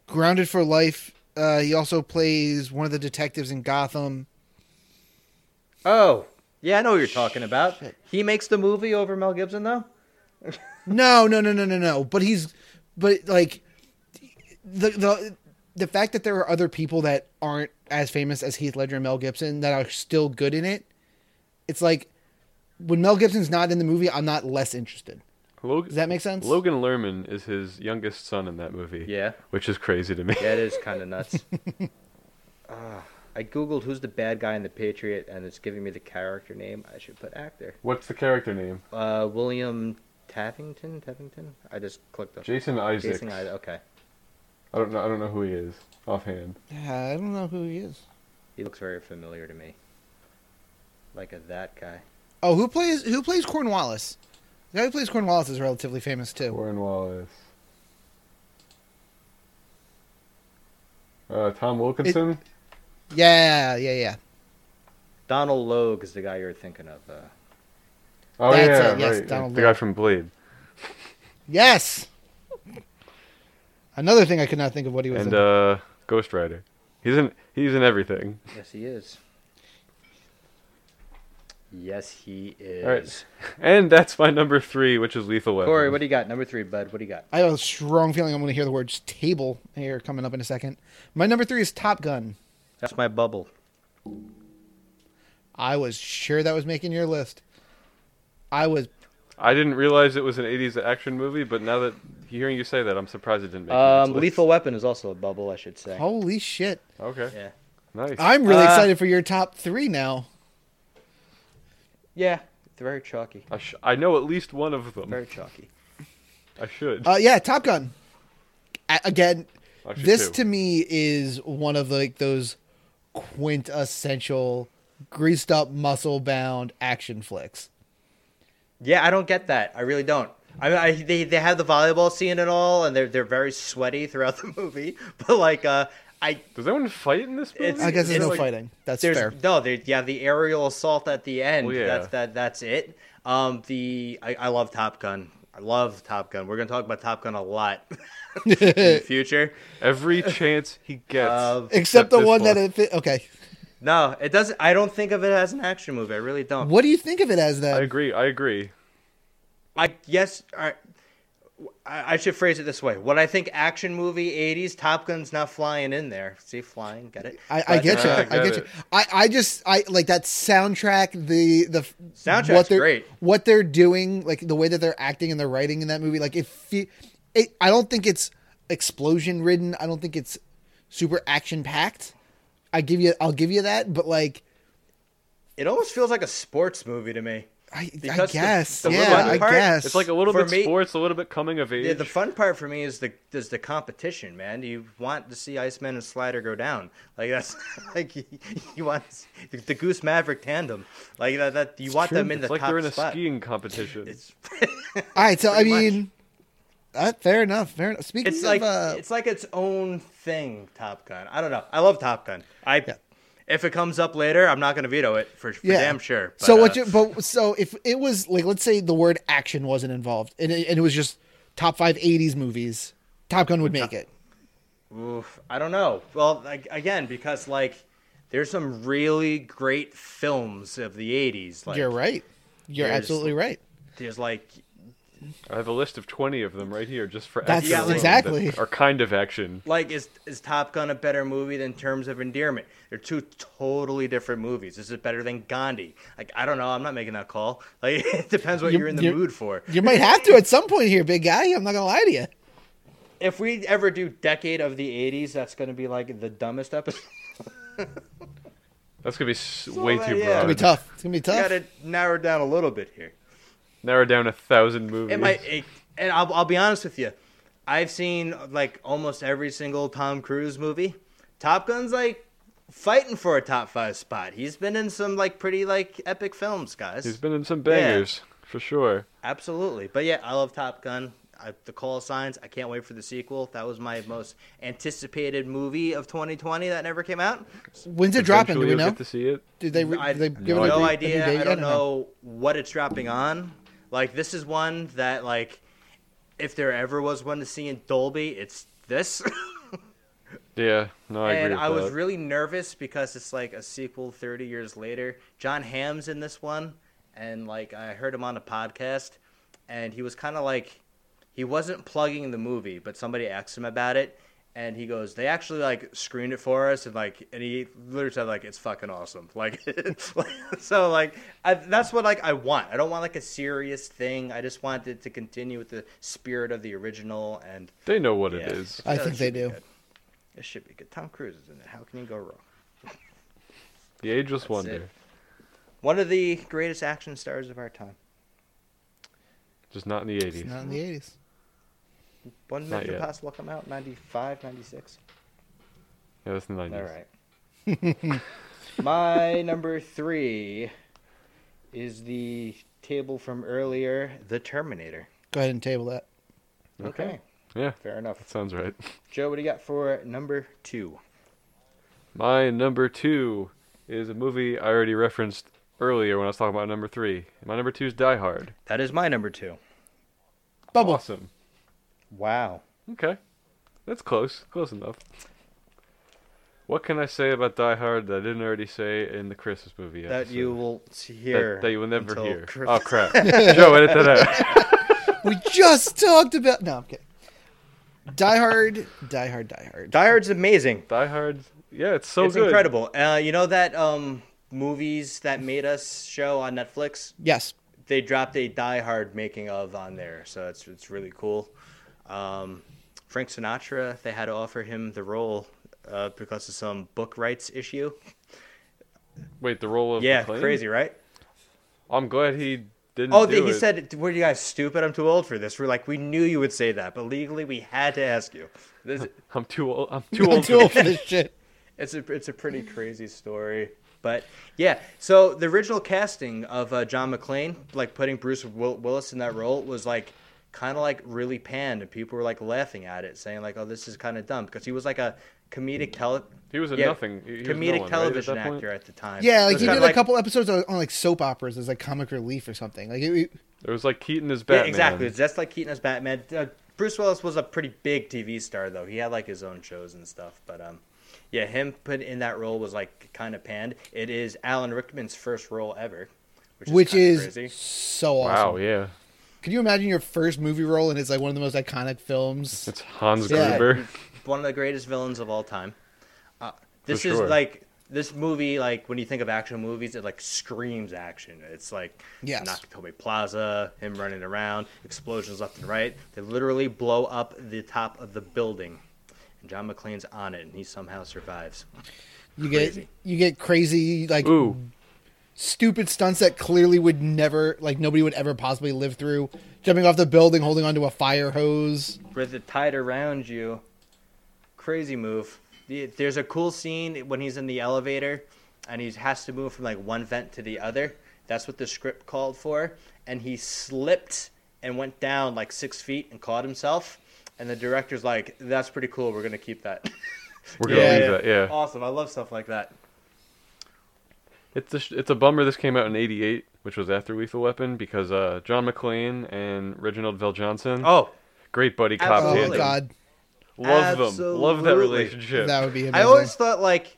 S3: Grounded for Life. Uh he also plays one of the detectives in Gotham.
S1: Oh, yeah, I know what you're talking about. He makes the movie over Mel Gibson, though.
S3: No, no, no, no, no, no. But he's, but like, the the the fact that there are other people that aren't as famous as Heath Ledger and Mel Gibson that are still good in it, it's like when Mel Gibson's not in the movie, I'm not less interested.
S2: Logan,
S3: Does that make sense?
S2: Logan Lerman is his youngest son in that movie.
S1: Yeah.
S2: Which is crazy to me.
S1: That is kind of
S3: <laughs>
S1: nuts. Ah, I googled who's the bad guy in the Patriot, and it's giving me the character name. I should put actor.
S2: What's the character name?
S1: Uh, William Tavington. Tavington. I just clicked on.
S2: Jason Isaacs.
S1: Jason Isaac. Okay.
S2: I don't know I don't know who he is offhand.
S3: Yeah, I don't know who he is.
S1: He looks very familiar to me. Like a that guy.
S3: Oh, who plays who plays Cornwallis? The guy who plays Cornwallis is relatively famous too.
S2: Warren Wallace. Uh, Tom Wilkinson?
S3: Yeah, yeah, yeah.
S1: Donald Logue is the guy you're thinking of. Uh,
S2: oh
S3: That's
S2: yeah,
S3: it, yes,
S2: right.
S3: Donald
S2: the guy
S3: Logue.
S2: from Blade.
S3: Yes. Another thing I could not think of what he was.
S2: And
S3: in.
S2: uh, Ghost Rider. He's in he's in everything.
S1: yes, he is. Yes, he is.
S2: All right. <laughs> And that's my number three, which is Lethal Weapon.
S1: Corey, what do you got? Number three, bud. What do you got?
S3: I have a strong feeling I'm going to hear the words table here coming up in a second. My number three is Top Gun.
S1: That's my bubble.
S3: I was sure that was making your list. I was
S2: I didn't realize it was an 80s action movie, but now that hearing you say that, I'm surprised it didn't make
S1: Um,
S2: it. into this
S1: Lethal Weapon is also a bubble, I should say.
S3: holy shit.
S2: list. Okay.
S1: Yeah.
S2: Nice.
S3: I'm really
S1: Uh,
S3: excited for your top three now.
S1: Yeah. They're very chalky.
S2: I, sh- I know at least one of them.
S1: Very chalky.
S2: I should.
S3: Uh, yeah, Top Gun. A- again,
S2: Actually,
S3: this
S2: two.
S3: to me is one of like those quintessential greased up muscle bound action flicks.
S1: Yeah, I don't get that. I really don't. I mean, I, they they have the volleyball scene and all, and they're they're very sweaty throughout <laughs> the movie. But like, uh, I
S2: Does anyone fight in this movie?
S1: It's-
S3: I guess there's
S1: it's
S3: no
S1: like-
S3: fighting. That's
S1: there's
S3: fair.
S1: no, there, yeah, the aerial assault at the end.
S2: Well, yeah.
S1: That's that. That's it. Um, the I, I love Top Gun. I love Top Gun. We're gonna talk about Top Gun a
S3: <laughs>
S1: lot in the future.
S2: Every chance
S1: <laughs>
S2: he gets.
S1: Uh,
S3: Except the
S2: this
S3: one that
S2: one.
S3: it fit. Okay.
S1: No, it doesn't. I don't think of it as an action movie. I really don't.
S3: What do you think of it as
S2: I
S3: then?
S2: agree. I agree.
S1: I yes, I, I I should phrase it this way. What I think action movie '80s Top Gun's not flying in there. See, flying, got it?
S3: I, I
S1: But,
S3: get you.
S1: uh,
S3: I,
S2: I
S3: get
S2: get
S3: you.
S2: it.
S3: I, I just I like that soundtrack. The the f-
S1: Soundtrack's
S3: what they're,
S1: great.
S3: What they're doing, like the way that they're acting and the writing in that movie, like it. Fe- it I don't think it's explosion ridden. I don't think it's super action packed. I give you. I'll give you that. But like,
S1: It almost feels like a sports movie to me.
S3: I, I
S1: Because the-
S3: guess.
S1: the
S3: yeah,
S1: fun
S3: I
S1: part-
S3: guess.
S2: It's like a little
S1: For
S2: bit
S1: me-
S2: sports, a little bit coming of age.
S1: Yeah, the fun part for me is the is the competition, man. You want to see Iceman and Slider go down, like that's <laughs> like you, you want to see the, the Goose Maverick tandem, like that. that you want them in
S2: it's
S1: the
S2: like
S1: top
S2: they're in a
S1: spot.
S2: skiing competition.
S1: It's <laughs>
S3: All right. So I
S1: pretty much.
S3: mean, uh, fair enough. Fair enough. Speaking
S1: it's
S3: of,
S1: like
S3: uh,
S1: it's like its own thing. Top Gun. I don't know. I love Top Gun. I if it comes up later, I'm not going to veto it for, for damn sure.
S3: so what?
S1: uh,
S3: You, but so if it was like, let's say the word action wasn't involved, and it, and it was just top five '80s movies, Top Gun would make it.
S1: Oof, I don't know. Well, like, again, because like there's some really great films of the '80s. Like
S3: You're right. You're
S1: there's-
S3: absolutely right.
S1: There's like
S2: I have a list of 20 of them right here just for
S3: That's-
S2: action.
S1: yeah,
S2: alone
S3: exactly.
S2: that Are kind of action.
S1: like is is Top Gun a better movie than Terms of Endearment? They're two totally different movies. Is it better than Gandhi? Like I don't know. I'm not making that call. <laughs> Like it depends what
S3: You-
S1: you're in the
S3: you-
S1: mood for.
S3: You might have to at some point here, big guy. I'm not gonna lie to you.
S1: If we ever do decade of the '80s, that's going to be like the dumbest episode. <laughs>
S2: That's going to be s- way
S1: uh,
S2: too
S1: yeah.
S2: broad.
S3: It's gonna be tough. It's gonna be
S1: Got
S3: tough.
S1: to narrow it down a little bit here.
S2: Narrow down a thousand movies.
S1: It might, it, and I'll, I'll be honest with you. I've seen like almost every single Tom Cruise movie. Top Gun's like fighting for a top five spot. He's been in some like pretty like epic films, guys.
S2: He's been in some bangers, for sure.
S1: Absolutely, but yeah, I love Top Gun. I, the call signs. I can't wait for the sequel. That was my most anticipated movie of 2020 that never came out.
S3: When's it dropping? Do
S2: Eventually
S3: we
S2: you'll
S3: know?
S2: get to see it.
S3: Did they? Re-
S1: I
S3: did they
S1: have
S3: give
S1: no
S3: it a, re- a new
S1: idea.
S3: date
S1: I
S3: yet
S1: don't
S3: or
S1: know,
S3: no?
S1: what it's dropping on. Like this is one that like if there ever was one to see in Dolby, it's this. <laughs>
S2: Yeah, no, I
S1: and
S2: agree with
S1: I was
S2: that.
S1: really nervous because it's like a sequel 30 years later. John Hamm's in this one, and like I heard him on a podcast, and he was kind of like, he wasn't plugging the movie, but somebody asked him about it, and he goes, "They actually like screened it for us," and like, and he literally said like, "It's fucking awesome." <laughs> Like, so like, I, that's what like I want. I don't want like a serious thing. I just want it to continue with the spirit of the original and
S2: They know what it
S1: yeah.
S2: is.
S3: I
S1: Yeah, it
S3: think they
S1: should be
S3: do.
S1: good. It should be good. Tom Cruise is in it. How can you go wrong?
S2: The ageless
S1: That's
S2: wonder.
S1: it. One of the greatest action stars of our time.
S2: Just not in the 80s.
S3: It's not in the '80s.
S1: One
S2: Not
S1: Mission
S2: yet.
S1: Impossible come out 95, 96.
S2: Yeah, that's in the 90s.
S1: All right. <laughs> My number three is the table from earlier, The Terminator.
S3: Go ahead and table that.
S1: Okay.
S2: Yeah,
S1: Fair
S2: that
S1: enough.
S2: sounds right.
S1: Joe, what do you got for number two?
S2: My number two is a movie I already referenced earlier when I was talking about number three. My number two is Die Hard.
S1: That is my number two.
S3: Bubble.
S2: Awesome.
S1: Wow.
S2: Okay. That's close. Close enough. What can I say about Die Hard that I didn't already say in the Christmas movie?
S1: that
S2: episode?
S1: you will hear.
S2: that, that you will never
S1: until
S2: hear.
S1: Christmas. <laughs>
S2: Oh crap! Joe, edit that out.
S3: we <laughs> just talked about. No, I'm kidding. Die Hard, Die Hard, Die Hard.
S1: Die Hard's amazing.
S2: Die Hard. Yeah, it's so
S1: it's
S2: good.
S1: incredible. Uh, you know that um, movies that made us show on Netflix?
S3: Yes,
S1: They dropped a Die Hard making of on there, so it's it's really cool. Um, Frank Sinatra, they had to offer him the role uh, because of some book rights issue.
S2: Wait, the role of
S1: Yeah,
S2: McClane?
S1: crazy, right?
S2: I'm glad he didn't.
S1: Oh,
S2: do
S1: they, he
S2: it.
S1: said, "Were you guys stupid? I'm too old for this." We're like, we knew you would say that, but legally, we had to ask you. This,
S2: I'm too old. I'm
S1: <laughs>
S2: too
S3: I'm
S2: old.
S3: too old for this shit.
S1: It's a it's a
S3: <laughs>
S1: pretty crazy story, but yeah. So the original casting of uh, John McClane, like putting Bruce Will- Willis in that role, was like kind of like really panned, and people were like laughing at it, saying like, "Oh, this is kind of dumb," because he was like a comedic tele.
S2: He was a
S1: yeah,
S2: nothing. He- he was no
S1: comedic
S2: one, right, at
S1: television
S2: that point?
S1: actor at the time.
S3: Yeah,
S1: It
S3: like
S1: was
S3: he
S1: kinda
S3: did a couple episodes on, on like soap operas as like comic relief or something. Like it, it-
S2: It was like Keaton as
S1: Yeah,
S2: Batman.
S1: exactly. It's just like Keaton as Batman. Uh, Bruce Willis was a pretty big TV star, though. He had like his own shows and stuff. But um, yeah, him put in that role was like kind of panned. It is Alan Rickman's first role ever, which is
S3: which
S1: kinda
S3: is
S1: crazy.
S3: so awesome.
S2: Wow. Yeah.
S3: Can you imagine your first movie role and it's like one of the most iconic films?
S2: It's Hans
S3: Yeah.
S2: Gruber.
S1: one of the greatest villains of all time. Uh, this
S2: sure.
S1: is like this movie. Like when you think of action movies, it like screams action. It's like
S3: Yes.
S1: Nakatomi Plaza, him running around, explosions left and right. They literally blow up the top of the building, and John McClane's on it, and he somehow survives.
S3: You get
S1: Crazy.
S3: you get crazy like
S2: Ooh.
S3: stupid stunts that clearly would never like nobody would ever possibly live through. Jumping off the building, holding onto a fire hose.
S1: with it tied around you. Crazy move. The- There's a cool scene when he's in the elevator and he has to move from like one vent to the other. That's what the script called for. And he slipped and went down like six feet and caught himself. And the director's like, that's pretty cool. We're going to keep that.
S2: We're gonna
S3: Yeah.
S2: leave that. Yeah.
S1: Awesome. I love stuff like that.
S2: It's a, sh- it's a bummer this came out in '88, which was after Lethal Weapon, because uh, John McClane and Reginald Vell Johnson,
S1: Oh,
S2: great buddy cop
S3: Oh
S1: Absolutely.
S2: tandem.
S3: god,
S2: Love them. Love that
S1: Absolutely.
S2: relationship.
S3: that would be amazing.
S1: I always thought like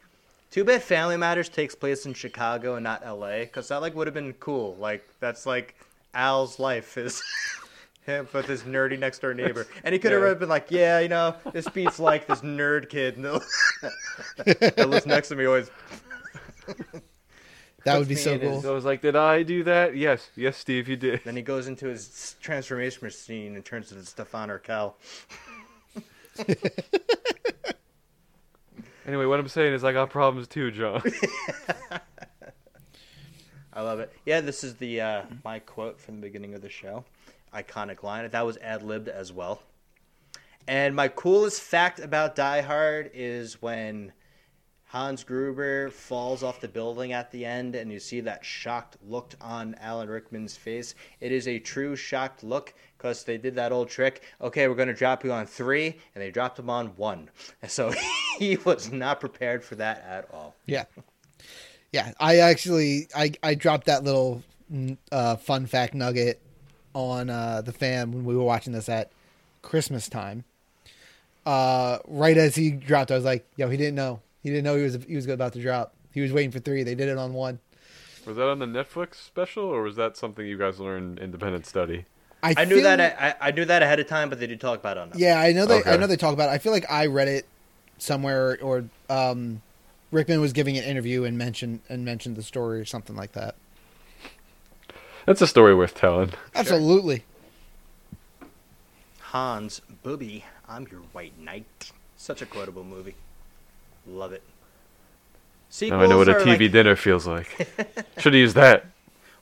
S1: Two Bit Family Matters takes place in Chicago and not LA because that like would have been cool. Like that's like Al's life is <laughs> him with his nerdy next door neighbor, and he could have
S2: Yeah.
S1: been like, yeah, you know, this beats like this nerd kid <laughs> in the- that lives next to me always.
S3: that would be
S1: puts
S3: so
S1: me in
S3: cool.
S1: his-
S2: So I was like, did I do that? Yes, yes, Steve, you did.
S1: <laughs> Then he goes into his transformation machine and turns into Stefan Urkel.
S2: Anyway, what I'm saying is I got problems too, John. <laughs>
S1: I love it. Yeah, this is the uh, my quote from the beginning of the show. Iconic line. That was ad libbed as well. And my coolest fact about Die Hard is when Hans Gruber falls off the building at the end, and you see that shocked look on Alan Rickman's face. It is a true shocked look because they did that old trick. Okay, we're going to drop you on three, and they dropped him on one. <laughs> So he was not prepared for that at all.
S3: Yeah, yeah. I actually I I dropped that little mm, uh, fun fact nugget on uh, the fan when we were watching this at Christmas time. Uh, right as he dropped, I was like, "Yo, he didn't know. He didn't know he was he was about to drop. He was waiting for three. They did it on one."
S2: was that on the Netflix special, or was that something you guys learned in independent study?
S1: I knew
S3: feel-
S1: that I, I knew that ahead of time, but they did talk about it on.
S3: Yeah, I know they. I
S2: Okay.
S3: know they talk about. it. I feel like I read it somewhere, or um, Rickman was giving an interview and mentioned and mentioned the story or something like that.
S2: That's a story worth telling.
S3: Absolutely.
S1: Hans Booby, I'm your white knight. Such a quotable movie. Love it.
S2: Now
S1: Sequels
S2: I know what a
S1: are
S2: TV
S1: like,
S2: dinner
S1: <laughs>
S2: feels like. Should have used that.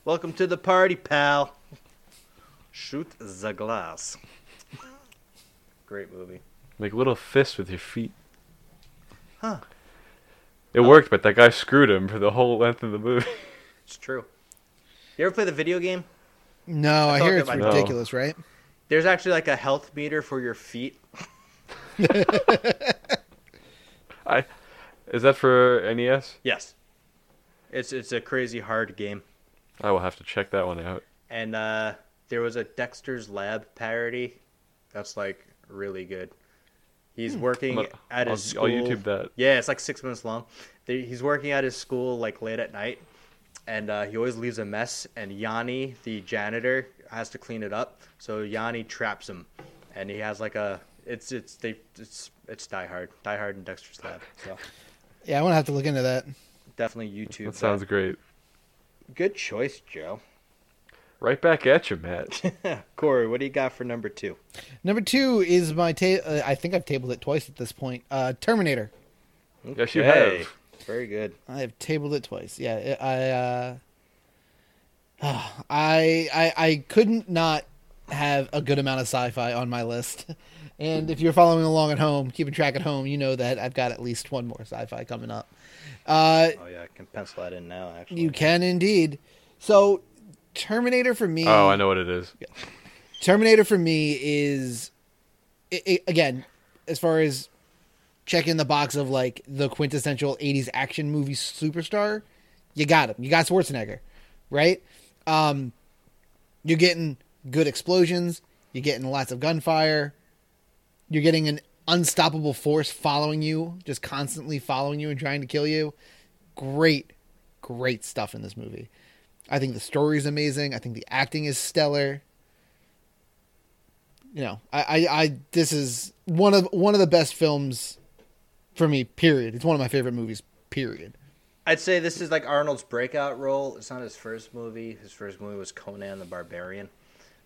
S1: Welcome to the party, pal. Shoot the glass. Great movie.
S2: Make little fists with your feet.
S1: Huh. Oh.
S2: It worked, but that guy screwed him for the whole length of the movie. <laughs>
S1: It's true. You ever play the video game?
S3: No, I,
S1: thought
S3: hear
S1: that
S3: it's
S1: might-
S2: No.
S3: ridiculous, right?
S1: There's actually like a health meter for your feet.
S2: I is that for E NES?
S1: Yes. It's it's a crazy hard game.
S2: I will have to check that one out.
S1: and uh, there was a Dexter's Lab parody that's like really good. He's working
S2: I'm gonna-
S1: at his
S2: Hmm. I'll-
S1: school.
S2: I'll YouTube that.
S1: Yeah, it's like six minutes long. They- He's working at his school like late at night, and uh, he always leaves a mess. And Yanni, the janitor, has to clean it up. So Yanni traps him, and he has like a it's it's they it's it's Die Hard, Die Hard, and Dexter's Lab. So
S3: Yeah, I'm gonna have to look into that.
S1: definitely YouTube.
S2: That sounds great.
S1: good choice, Joe. <laughs>
S2: Right back at you, Matt.
S1: Corey, what do you got for number two?
S3: Number two is my ta- uh, I think I've tabled it twice at this point. Uh, Terminator.
S2: Yes, you
S1: Okay.
S2: have.
S1: Very good.
S3: I have tabled it twice. Yeah, it- I, uh, <sighs> I, I, I couldn't not have a good amount of sci-fi on my list. <laughs> And if you're following along at home, keeping track at home, you know that I've got at least one more sci-fi coming up. Uh,
S1: Oh yeah, I can pencil that in now. Actually,
S3: you can indeed. So, Terminator for me.
S2: Oh, I know what it is.
S3: Terminator for me is i i again as far as checking the box of like the quintessential 80s action movie superstar you got him you got Schwarzenegger right um you're getting good explosions you're getting lots of gunfire you're getting an unstoppable force following you just constantly following you and trying to kill you great great stuff in this movie i think the story is amazing i think the acting is stellar you know, I, I, I this is one of one of the best films for me. Period. It's one of my favorite movies. Period.
S1: I'd say this is like Arnold's breakout role. It's not his first movie. His first movie was Conan the Barbarian.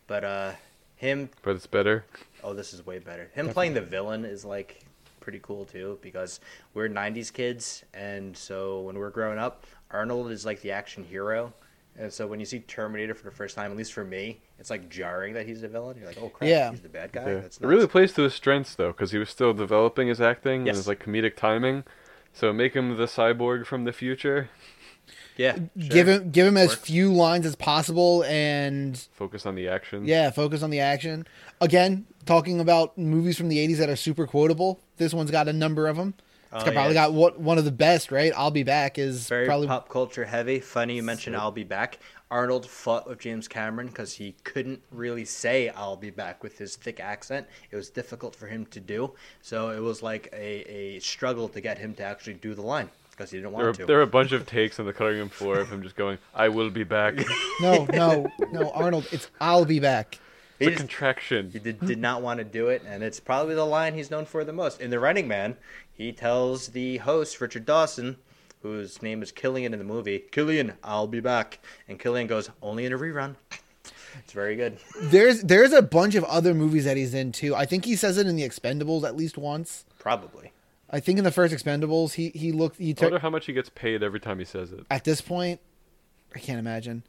S1: But uh him
S2: But it's better.
S1: oh this is way better. Him playing the villain is like pretty cool too because we're 90s kids and so when we're growing up, Arnold is like the action hero. And so when you see Terminator for the first time, at least for me, it's like jarring that he's a villain. You're like, "Oh crap,
S3: Yeah.
S1: he's the bad guy."
S2: Yeah.
S1: That's
S2: It really
S1: nuts.
S2: plays to his strengths though, because he was still developing his acting and
S1: Yes.
S2: his like comedic timing. So make him the cyborg from the future.
S1: yeah.
S3: Give
S1: sure.
S3: him give him as
S1: Works.
S3: few lines as possible, and
S2: Focus on the
S1: Hmm.
S2: action.
S3: yeah, focus on the action. Again, talking about movies from the '80s that are super quotable. This one's got a number of them. It's
S1: Oh,
S3: got- probably
S1: yeah.
S3: got what one of the best. Right, I'll be back is
S1: very
S3: probably
S1: pop culture heavy. Funny you mentioned I'll be back. Arnold fought with James Cameron because he couldn't really say I'll be back with his thick accent. It was difficult for him to do. So it was like a, a struggle to get him to actually do the line because he didn't
S2: There are,
S1: want to.
S2: there are a bunch of takes on the cutting room floor of him just going, "I will be
S3: <laughs>
S2: back." It's
S3: <laughs> no, no, no. Arnold, it's I'll be back.
S1: He
S2: a
S1: just- he
S2: contraction.
S1: did, did not want to do it, and it's probably the line he's known for the most. In The Running Man, he tells the host, Richard Dawson, whose name is Killian in the movie, Killian, I'll be back. And Killian goes, only in a rerun. <laughs> It's very good.
S3: There's there's a bunch of other movies that he's in too. I think he says it in the Expendables at least once.
S1: Probably.
S3: I think in the first Expendables, he he looked he
S2: I wonder
S3: took
S2: how much he gets paid every time he says it.
S3: at this point. I can't imagine.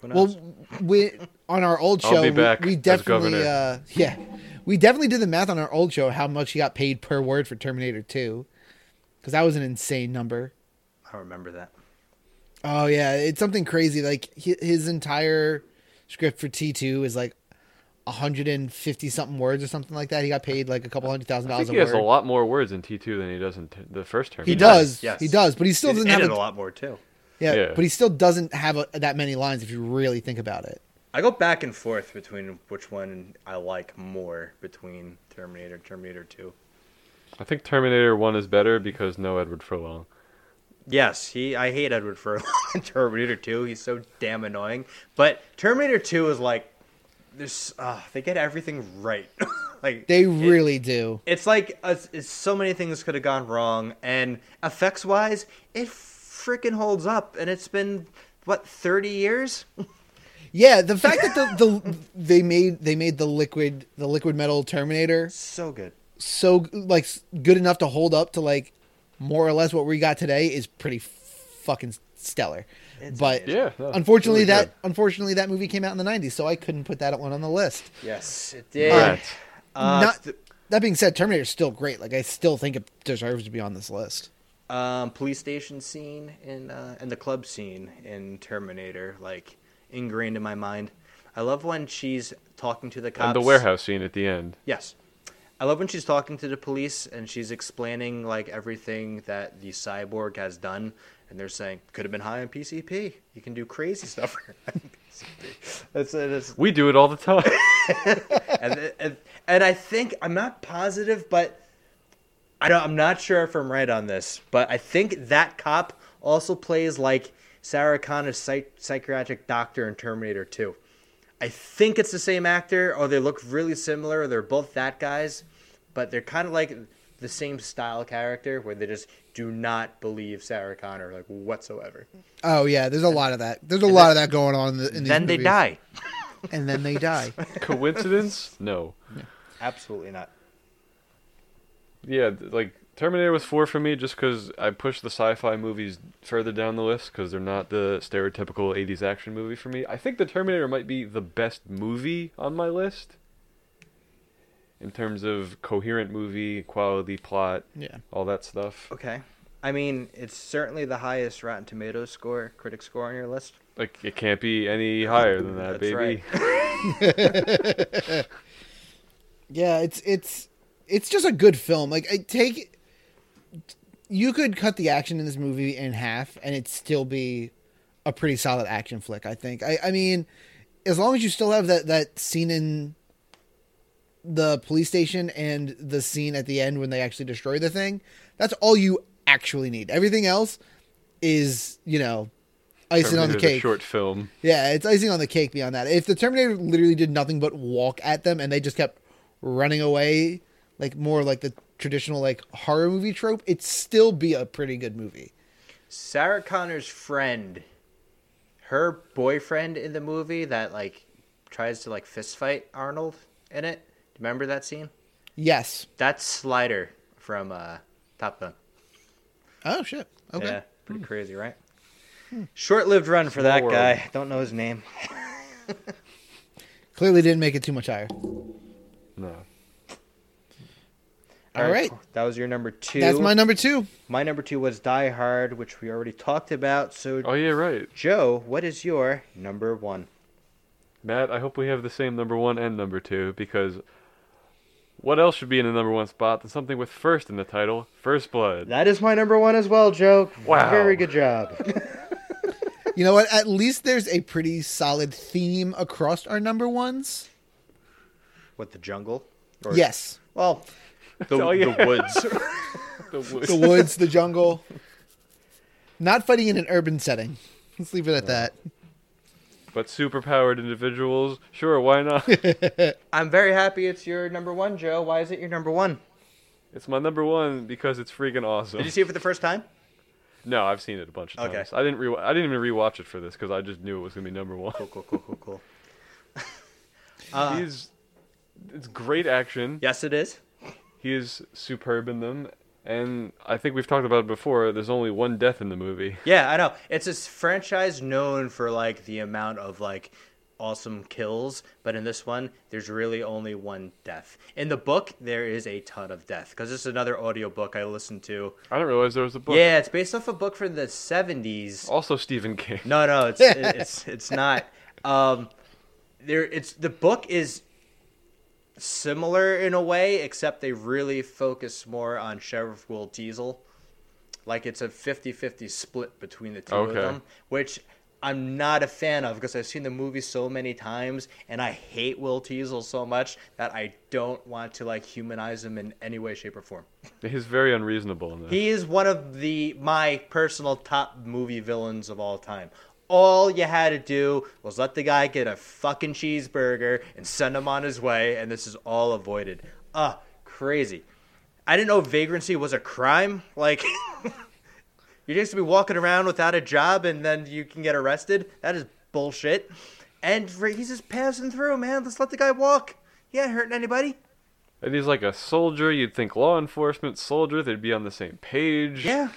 S1: Who knows?
S3: Well, we on our old
S2: I'll
S3: show,
S2: be
S3: we-
S2: back
S3: we,
S2: as
S3: definitely
S2: governor.
S3: uh, yeah, we definitely did the math on our old show how much he got paid per word for Terminator Two, because that was an insane number.
S1: I remember that.
S3: Oh yeah, it's something crazy. Like hi- his entire script for T two is like. 150 something words or something like that. He got paid like a couple hundred thousand
S2: I
S3: dollars
S2: think
S3: a
S2: he has a
S3: word.
S2: lot more words in T two than he does in t- the first term.
S3: He does.
S1: Yes.
S3: He does, but he still
S1: He's
S3: doesn't
S1: in
S3: have
S1: it
S3: a-
S1: a lot more too.
S3: Yeah,
S2: Yeah.
S3: but he still doesn't have a, that many lines if you really think about it.
S1: I go back and forth between which one I like more between Terminator and Terminator 2.
S2: I think Terminator one is better because no Edward Furlong.
S1: Yes, he I hate Edward Furlong <laughs> in Terminator 2. He's so damn annoying. But Terminator 2 is like there's uh, they get everything right. <laughs> like
S3: They
S1: it-
S3: really do.
S1: it's like uh, it's so many things could have gone wrong and effects wise it freaking holds up and it's been what 30 years? <laughs>
S3: Yeah, the fact that the, the <laughs> they made they made the liquid the liquid metal Terminator
S1: so good.
S3: so like s- good enough to hold up to like more or less what we got today is pretty fucking stellar.
S1: It's
S3: but
S2: Yeah, no, it's
S3: unfortunately
S2: really
S3: that unfortunately that movie came out in the 90s, so I couldn't put that one on the list.
S1: Yes, it did.
S2: Congrats.
S1: Uh,
S3: Not-
S1: th-
S3: that being said, Terminator's still great. Like I still think it deserves to be on this list.
S1: um, police station scene in uh, and the club scene in Terminator, like ingrained in my mind. I love when she's talking to the cops.
S2: And the warehouse scene at the end.
S1: Yes, I love when she's talking to the police and she's explaining like everything that the cyborg has done, and they're saying could have been high on PCP. You can do crazy stuff. <laughs> on PCP." That's it. That's
S2: We do it all the time. <laughs>
S1: and, and and I think I'm not positive, but I don't, I'm not sure if I'm right on this, but I think that cop also plays like Sarah Connor's psych- psychiatric doctor in Terminator 2. I think it's the same actor, or they look really similar, or they're both that guys, but they're kind of like the same style character where they just do not believe Sarah Connor like whatsoever.
S3: Oh yeah, there's a lot of that. There's a lot of that going on in, the, in these
S1: Then they
S3: movies.
S1: die.
S3: and then
S1: <laughs>
S3: they die.
S2: Coincidence? No.
S1: Absolutely not.
S2: Yeah, th- like Terminator was four for me just because I pushed the sci-fi movies further down the list because they're not the stereotypical '80s action movie for me. I think the Terminator might be the best movie on my list in terms of coherent movie quality, plot,
S3: yeah,
S2: all that stuff.
S1: Okay. I mean, it's certainly the highest Rotten Tomatoes score, critic score on your list.
S2: Like it can't be any higher than that,
S1: That's
S2: baby.
S1: right.
S3: yeah. It's it's it's just a good film. Like I take, you could cut the action in this movie in half, and it'd still be a pretty solid action flick. I think. I I mean, as long as you still have that that scene in the police station and the scene at the end when they actually destroy the thing, that's all you actually need. Everything else is you know icing on the
S2: Terminator's a
S3: cake.
S2: short film.
S3: Yeah, it's icing on the cake beyond that. If the Terminator literally did nothing but walk at them and they just kept running away, like more like the traditional like horror movie trope, it'd still be a pretty good movie.
S1: Sarah Connor's friend, her boyfriend in the movie that like tries to like fist fight Arnold in it. Remember that scene?
S3: Yes.
S1: That's Slider from uh, Top Gun.
S3: Oh shit. Okay. Hmm.
S1: Yeah, pretty crazy, right? Short-lived run for that
S2: world.
S1: guy. Don't know his name.
S3: Clearly didn't make it too much higher.
S2: No.
S3: All right.
S1: cool. that was your number two.
S3: That's my number two.
S1: my number two was Die Hard, which we already talked about. So,
S2: Oh yeah, right.
S1: Joe, what is your number one?
S2: Matt, I hope we have the same number one and number two because what else should be in the number one spot than something with first in the title? First Blood.
S1: That is my number one as well, Joe.
S2: Wow.
S1: Very good job.
S3: You know what? At least there's a pretty solid theme across our number ones.
S1: <laughs> what the jungle? Or-
S3: Yes.
S1: Well, the,
S2: all you
S1: the woods.
S2: <laughs> The
S3: The woods, the jungle. Not fighting in an urban setting. Let's leave it at that.
S2: but superpowered individuals, sure, why not?
S1: I'm very happy it's your number one, Joe. Why is it your number one?
S2: it's my number one because it's freaking awesome.
S1: Did you see it for the first time?
S2: No, I've seen it a bunch of
S1: Okay.
S2: times. I didn't re- I didn't even rewatch it for this because I just knew it was gonna be number one.
S1: Cool, cool, cool, cool, cool.
S2: He is, it's great action.
S1: Yes, it is.
S2: He is superb in them, and I think we've talked about it before. There's only one death in the movie.
S1: Yeah, I know. It's a s- franchise known for like the amount of like awesome kills, but in this one, there's really only one death. In the book, there is a ton of death because this is another audiobook I listened to.
S2: I didn't realize there was a book.
S1: Yeah, it's based off a book from the 70s.
S2: Also, Stephen King. <laughs>
S1: No, no, it's it's it's not. Um, there, it's the book is similar in a way, except they really focus more on Sheriff Will Diesel. Like it's a 50-50 split between the two of
S2: Okay.
S1: them, which I'm not a fan of because I've seen the movie so many times and I hate Will Diesel so much that I don't want to like humanize him in any way, shape, or form.
S2: He's very unreasonable in this.
S1: He is one of the my personal top movie villains of all time. All you had to do was let the guy get a fucking cheeseburger and send him on his way, and this is all avoided. Ah, crazy. I didn't know vagrancy was a crime. Like, <laughs> you just be walking around without a job and then you can get arrested. That is bullshit. And he's just passing through, man. Let's let the guy walk. He ain't hurting anybody.
S2: And he's like a soldier. You'd think law enforcement, soldier, they'd be on the same page.
S1: Yeah.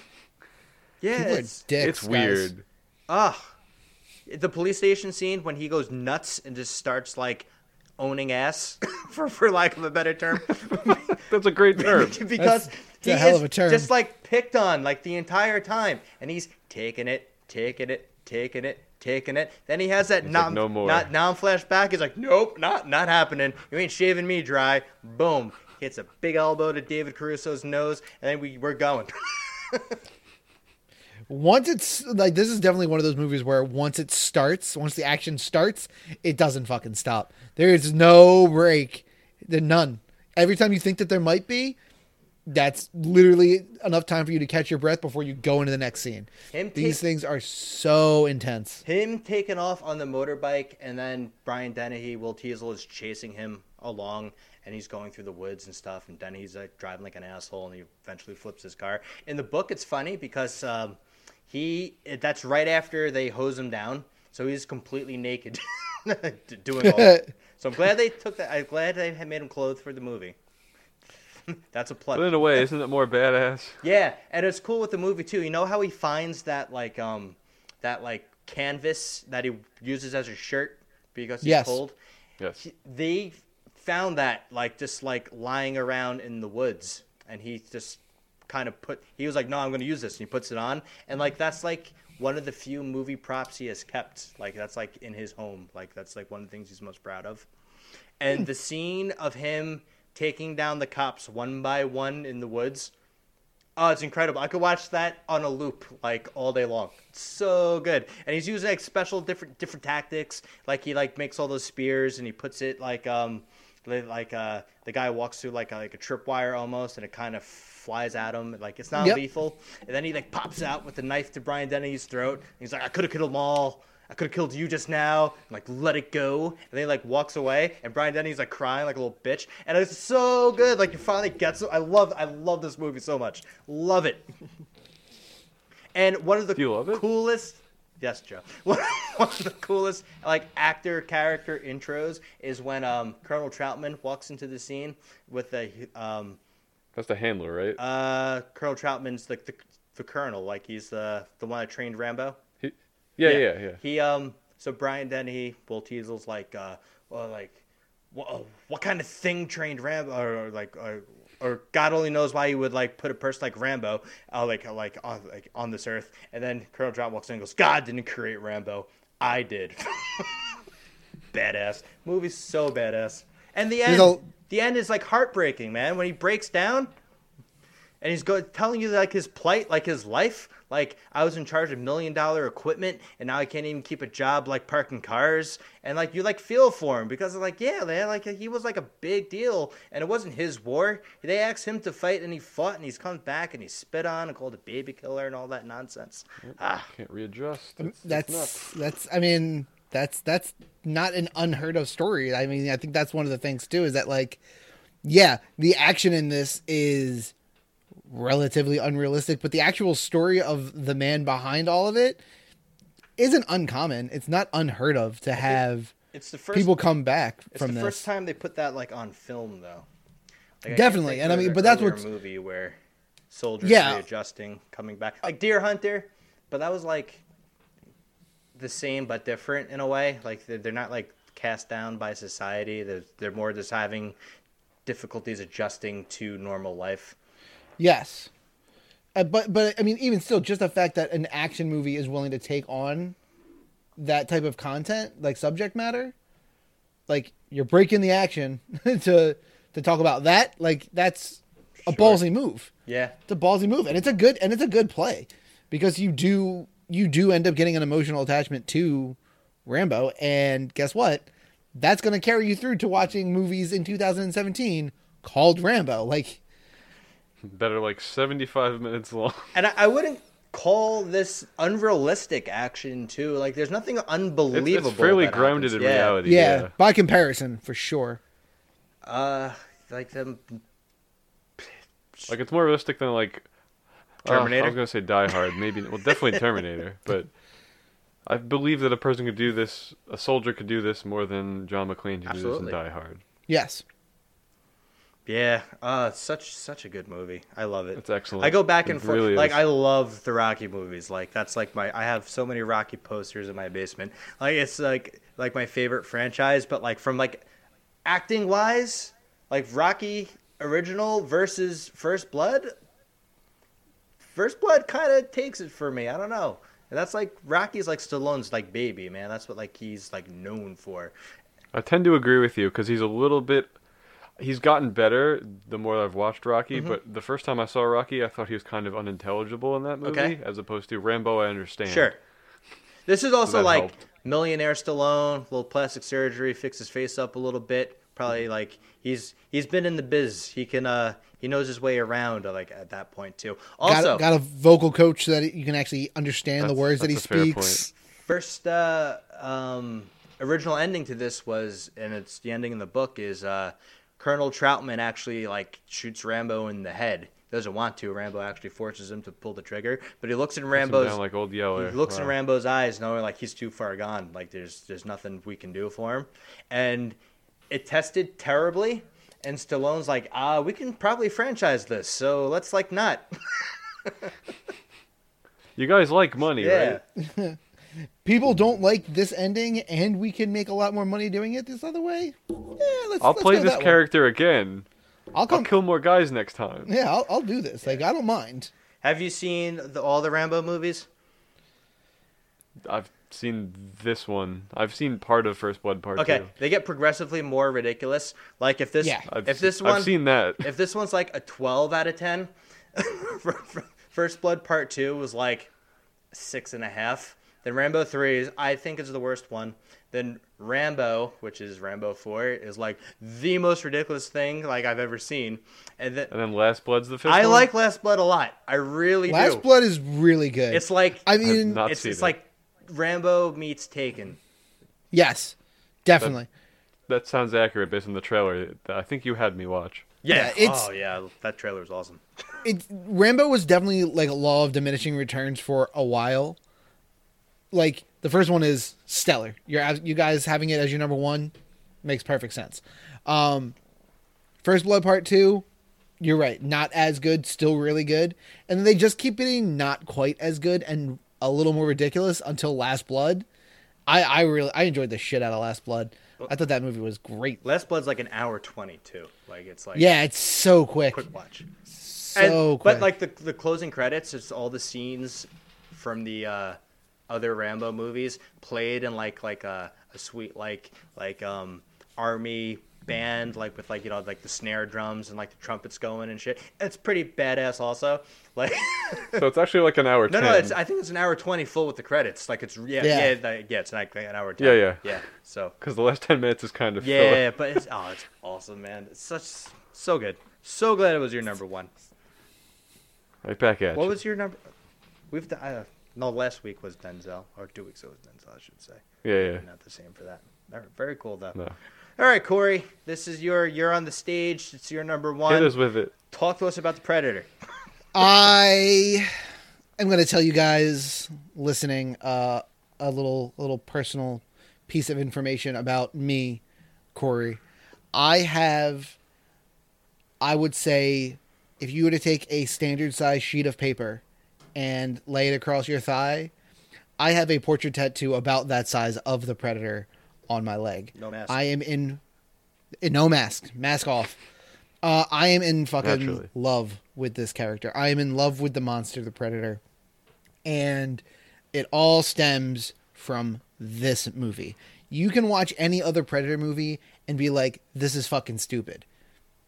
S1: Yeah.
S3: People are
S1: it's-
S3: dicks,
S2: It's
S3: guys.
S2: weird. <laughs>
S1: Ugh. The police station scene when he goes nuts and just starts like owning ass, <coughs> for for lack of a better term,
S2: That's
S1: <laughs>
S2: a great <laughs> term.
S1: because
S3: it's
S1: he
S3: a hell
S1: is
S3: of a term.
S1: just like picked on like the entire time, and he's taking it, taking it, taking it, taking it. Then he has that
S2: like,
S1: non
S2: "No more."
S1: not non flashback. He's like, nope, not not happening. You ain't shaving me dry. Boom, hits a big elbow to David Caruso's nose, and then we we're going.
S3: once it's like this is definitely one of those movies where once it starts, once the action starts, it doesn't fucking stop. There is no break. There none. Every time you think that there might be, that's literally enough time for you to catch your breath before you go into the next scene.
S1: Him
S3: These
S1: take-
S3: things are so intense.
S1: Him taking off on the motorbike, and then Brian Dennehy, Will Teasel, is chasing him along, and he's going through the woods and stuff. And Dennehy's like driving like an asshole, and he eventually flips his car. In the book, it's funny because um, he—that's right after they hose him down, so he's completely naked <laughs> doing all. That. So I'm glad they took that. I'm glad they had made him clothed for the movie. <laughs> that's a plus.
S2: But in a way, isn't it more badass?
S1: Yeah, and it's cool with the movie too. You know how he finds that like um that like canvas that he uses as a shirt because he's
S3: Yes.
S1: cold.
S2: Yes.
S1: They found that like just like lying around in the woods, and he just kind of put. He was like, "No, I'm going to use this," and he puts it on, and like that's like one of the few movie props he has kept. Like that's like in his home. Like that's like one of the things he's most proud of. And the scene of him taking down the cops one by one in the woods. Oh, it's incredible. I could watch that on a loop like all day long. It's so good. And he's using like special different different tactics. Like he like makes all those spears and he puts it like um li- like uh the guy walks through like a, like a tripwire almost and it kind of flies at him like it's not
S3: Yep.
S1: lethal. And then he like pops out with the knife to Brian Dennehy's throat. And he's like I could have killed them all. I could have killed you just now. And, like let it go. And then he like walks away and Brian Dennehy's like crying like a little bitch. And it's so good. Like you finally gets it. I love I love this movie so much. Love it. <laughs> And one of the
S2: Do you love it?
S1: coolest, yes, Joe. <laughs> One of the coolest like actor character intros is when um, Colonel Troutman walks into the scene with the um,
S2: That's the handler, right?
S1: uh, Colonel Troutman's the, the the colonel, like he's the the one that trained Rambo.
S2: He- yeah, yeah, yeah,
S1: He um. So Brian Dennehy, Will Teasel's like, uh, well, like, wha- uh, what kind of thing trained Rambo, or, or like, or, or God only knows why you would like put a person like Rambo, uh, like, like on like on this earth. And then Colonel John walks in and goes, God didn't create Rambo, I did. <laughs> badass. Movie's so badass. And the end,
S3: a-
S1: the end is like heartbreaking, man. When he breaks down, and he's go- telling you like his plight, like his life. Like I was in charge of million dollar equipment, and now I can't even keep a job, like parking cars. And like you like feel for him because like yeah, man, like he was like a big deal, and it wasn't his war. They asked him to fight, and he fought, and he's come back, and he spit on and called a baby killer and all that nonsense. Ah,
S2: Can't readjust. It's- it's nuts.
S3: That's that's I mean, that's that's not an unheard of story. I mean, I think that's one of the things too is that like yeah, the action in this is relatively unrealistic, but the actual story of the man behind all of it isn't uncommon. It's not unheard of to have
S1: it's the first
S3: people come back
S1: It's
S3: from
S1: the
S3: this.
S1: first time they put that like on film though. Like, I can't
S3: Definitely,
S1: think
S3: and I
S1: of
S3: mean,
S1: an
S3: but that's
S1: earlier
S3: what's-
S1: movie where soldiers
S3: Yeah.
S1: readjusting, coming back, like Deer Hunter, but that was like the same but different in a way. Like they're, they're not like cast down by society. They're they're more just having difficulties adjusting to normal life.
S3: Yes. Uh, but but I mean even still just the fact that an action movie is willing to take on that type of content like subject matter like you're breaking the action <laughs> to to talk about that like that's a ballsy move.
S1: Yeah,
S3: It's a ballsy move and it's a good and it's a good play because you do you do end up getting an emotional attachment to Rambo and guess what? That's going to carry you through to watching movies in 2017 called Rambo like
S2: That are like 75
S1: <laughs>
S2: minutes long.
S1: and I, I wouldn't call this unrealistic action too. Like there's nothing
S2: It's,
S1: unbelievable.
S2: it's fairly
S1: that
S2: grounded
S1: happens.
S2: in
S1: Yeah.
S2: reality.
S3: yeah, by comparison, for sure.
S1: Uh, like them
S2: Like it's more realistic than like uh, I
S1: Terminator?
S2: was gonna say Die Hard, maybe well,
S1: <laughs>
S2: definitely Terminator, but I believe that a person could do this, a soldier could do this more than John McClane could do this in
S1: Absolutely.
S2: Die Hard.
S3: Yes.
S1: Yeah, uh, such such a good movie. I love it.
S2: It's excellent.
S1: I go back
S2: It
S1: and forth.
S2: really
S1: like
S2: is.
S1: I love the Rocky movies. Like that's like my I have so many Rocky posters in my basement. Like it's like like my favorite franchise, but like from like acting wise, like Rocky original versus First Blood. First Blood kind of takes it for me. I don't know. And that's like Rocky's like Stallone's like baby, man. That's what like he's like known for.
S2: I tend to agree with you because he's a little bit. He's gotten better the more I've watched Rocky,
S1: Mm-hmm.
S2: but the first time I saw Rocky, I thought he was kind of unintelligible in that movie,
S1: Okay.
S2: as opposed to Rambo. I understand.
S1: Sure. This is also
S2: that
S1: like
S2: helped.
S1: millionaire Stallone, little plastic surgery, fix his face up a little bit, probably like he's he's been in the biz. He can uh he knows his way around like at that point too.
S3: Got a-
S1: Also,
S3: got, a vocal coach so that you can actually understand the
S2: That's-
S3: words that he
S2: that's a fair point.
S3: speaks.
S1: first uh, um, original ending to this was, and it's the ending in the book is uh, Colonel Troutman actually like shoots Rambo in the head. Doesn't want to. Rambo actually forces him to pull the trigger, but he looks in
S2: Puts him down
S1: Rambo's
S2: like old Yeller.
S1: he looks in
S2: Wow.
S1: Rambo's eyes, knowing like he's too far gone. Like there's there's nothing we can do for him, and it tested terribly. And Stallone's like, ah, we can probably franchise this, so let's like not.
S2: <laughs> You guys like money,
S1: yeah,
S2: right?
S3: People don't like this ending, and we can make a lot more money doing it this other way. Yeah, let's.
S2: I'll
S3: let's
S2: play
S3: go
S2: this
S3: that way.
S2: character again.
S3: I'll
S2: I'll
S3: come.
S2: kill more guys next time.
S3: yeah, I'll, I'll do this. Like I don't mind.
S1: Have you seen the, all the Rambo movies?
S2: I've seen this one. I've seen part of First Blood Part
S1: Okay,
S2: Two.
S1: they get progressively more ridiculous. Like if this,
S3: Yeah.
S2: I've,
S1: if
S2: se-
S1: this one,
S2: I've seen that.
S1: if this one's like a twelve out of ten, <laughs> for- for- First Blood Part Two was like six and a half. Then Rambo Three is, I think, is the worst one. Then Rambo, which is Rambo Four, is like the most ridiculous thing like I've ever seen. And then
S2: And then Last Blood's the fifth
S1: I
S2: one?
S1: like Last Blood a lot. I really
S3: Last
S1: do.
S3: Blood is really good.
S1: it's like
S3: I
S2: I've
S3: mean,
S2: not
S1: it's,
S2: seen
S1: it's
S2: it.
S1: like Rambo meets Taken.
S3: yes, definitely.
S2: That sounds accurate based on the trailer. I think you had me watch.
S1: Yeah,
S3: Yeah, it's-
S1: oh yeah, that trailer was awesome.
S3: it Rambo was definitely like a law of diminishing returns for a while. Like the first one is stellar. You're as- you guys having it as your number one makes perfect sense. Um, First Blood Part Two, you're right, not as good, still really good, and then they just keep getting not quite as good and a little more ridiculous until Last Blood. I I really I enjoyed the shit out of Last Blood. I thought that movie was great.
S1: Last Blood's like an hour twenty too. Like it's like
S3: Yeah, it's so quick,
S1: quick watch.
S3: so quick.
S1: But like the the closing credits, it's all the scenes from the uh, other Rambo movies played in like like a, a sweet like like um army band like with like you know like the snare drums and like the trumpets going and shit. It's pretty badass also. <laughs> Like
S2: So it's actually like an hour
S1: <laughs> no
S2: ten.
S1: no, it's I think it's an hour twenty full with the credits. Like it's yeah
S3: Yeah.
S1: yeah yeah, like, yeah it's like an hour 10.
S2: Yeah, yeah.
S1: yeah. So
S2: Because the last ten minutes is kind of filler.
S1: yeah, but it's oh, it's awesome, man. It's such so good. So glad it was your number one.
S2: Right back at
S1: What
S2: you.
S1: was your number? We've done, uh, no last week was Denzel or two weeks ago was Denzel, I should say.
S2: Yeah, yeah.
S1: Not the same for that. All right, very cool though.
S2: No.
S1: All right, Corey, this is your you're on the stage. It's your number one.
S2: Hit us with it.
S1: Talk to us about the Predator.
S3: I am going to tell you guys listening uh, a little little personal piece of information about me, Corey. I have, I would say, if you were to take a standard size sheet of paper and lay it across your thigh, I have a portrait tattoo about that size of the predator on my leg.
S1: No mask.
S3: I am in, in no mask, mask off. Uh, I am in fucking
S2: Naturally.
S3: love with this character. I am in love with the monster, the predator, and it all stems from this movie. You can watch any other predator movie and be like, "This is fucking stupid."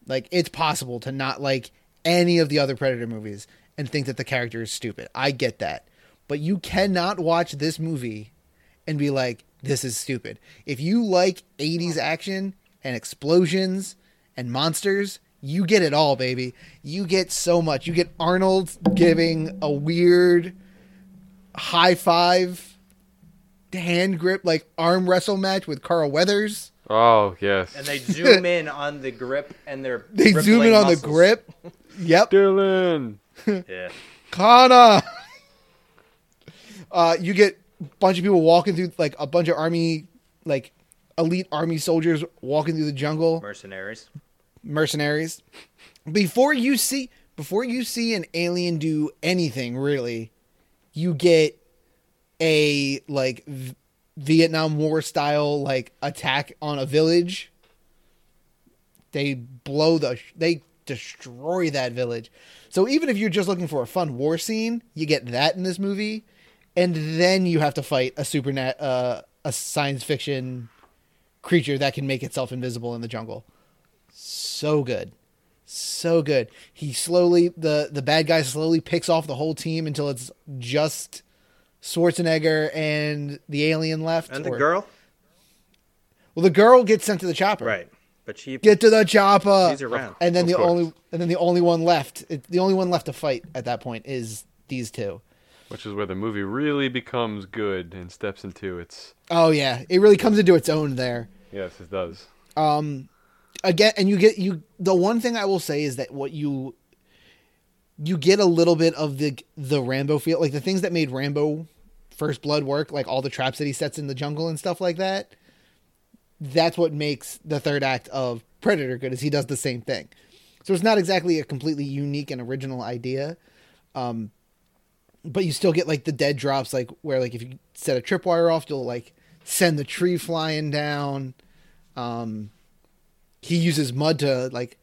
S3: Like it's possible to not like any of the other Predator movies and think that the character is stupid. I get that. But you cannot watch this movie and be like this is stupid. If you like 80s action and explosions and monsters, you get it all, baby. You get so much. You get Arnold giving a weird high five hand grip like arm wrestle match with Carl Weathers.
S2: Oh yes.
S1: and they
S2: <laughs>
S1: zoom in on the grip and their
S3: They zoom in
S1: rippling
S3: on the
S1: muscles.
S3: grip. Yep.
S2: Dylan.
S1: Yeah.
S3: Kana. <laughs> Uh, you get a bunch of people walking through, like a bunch of army, like elite army soldiers walking through the jungle,
S1: Mercenaries.
S3: mercenaries. Before you see, before you see an alien do anything, really, you get a like v- Vietnam War style like attack on a village. They blow the they destroy that village. So even if you're just looking for a fun war scene, you get that in this movie, and then you have to fight a supernat uh, a science fiction creature that can make itself invisible in the jungle. So good. So good. He slowly the the bad guy slowly picks off the whole team until it's just Schwarzenegger and the alien left.
S1: And the
S3: or-
S1: girl.
S3: well, the girl gets sent to the chopper.
S1: Right. But she
S3: Get to the chopper.
S1: She's around.
S3: And then
S2: Of
S3: the
S2: course.
S3: only and then the only one left, it, the only one left to fight at that point is these two.
S2: which is where the movie really becomes good and steps into its.
S3: Oh yeah, it really comes into its own there.
S2: Yes, it does.
S3: again and you get you the one thing i will say is that what you you get a little bit of the the rambo feel like the things that made rambo first blood work like all the traps that he sets in the jungle and stuff like that that's what makes the third act of predator good is he does the same thing so it's not exactly a completely unique and original idea um but you still get like the dead drops like where like if you set a tripwire off you'll like send the tree flying down he uses mud to like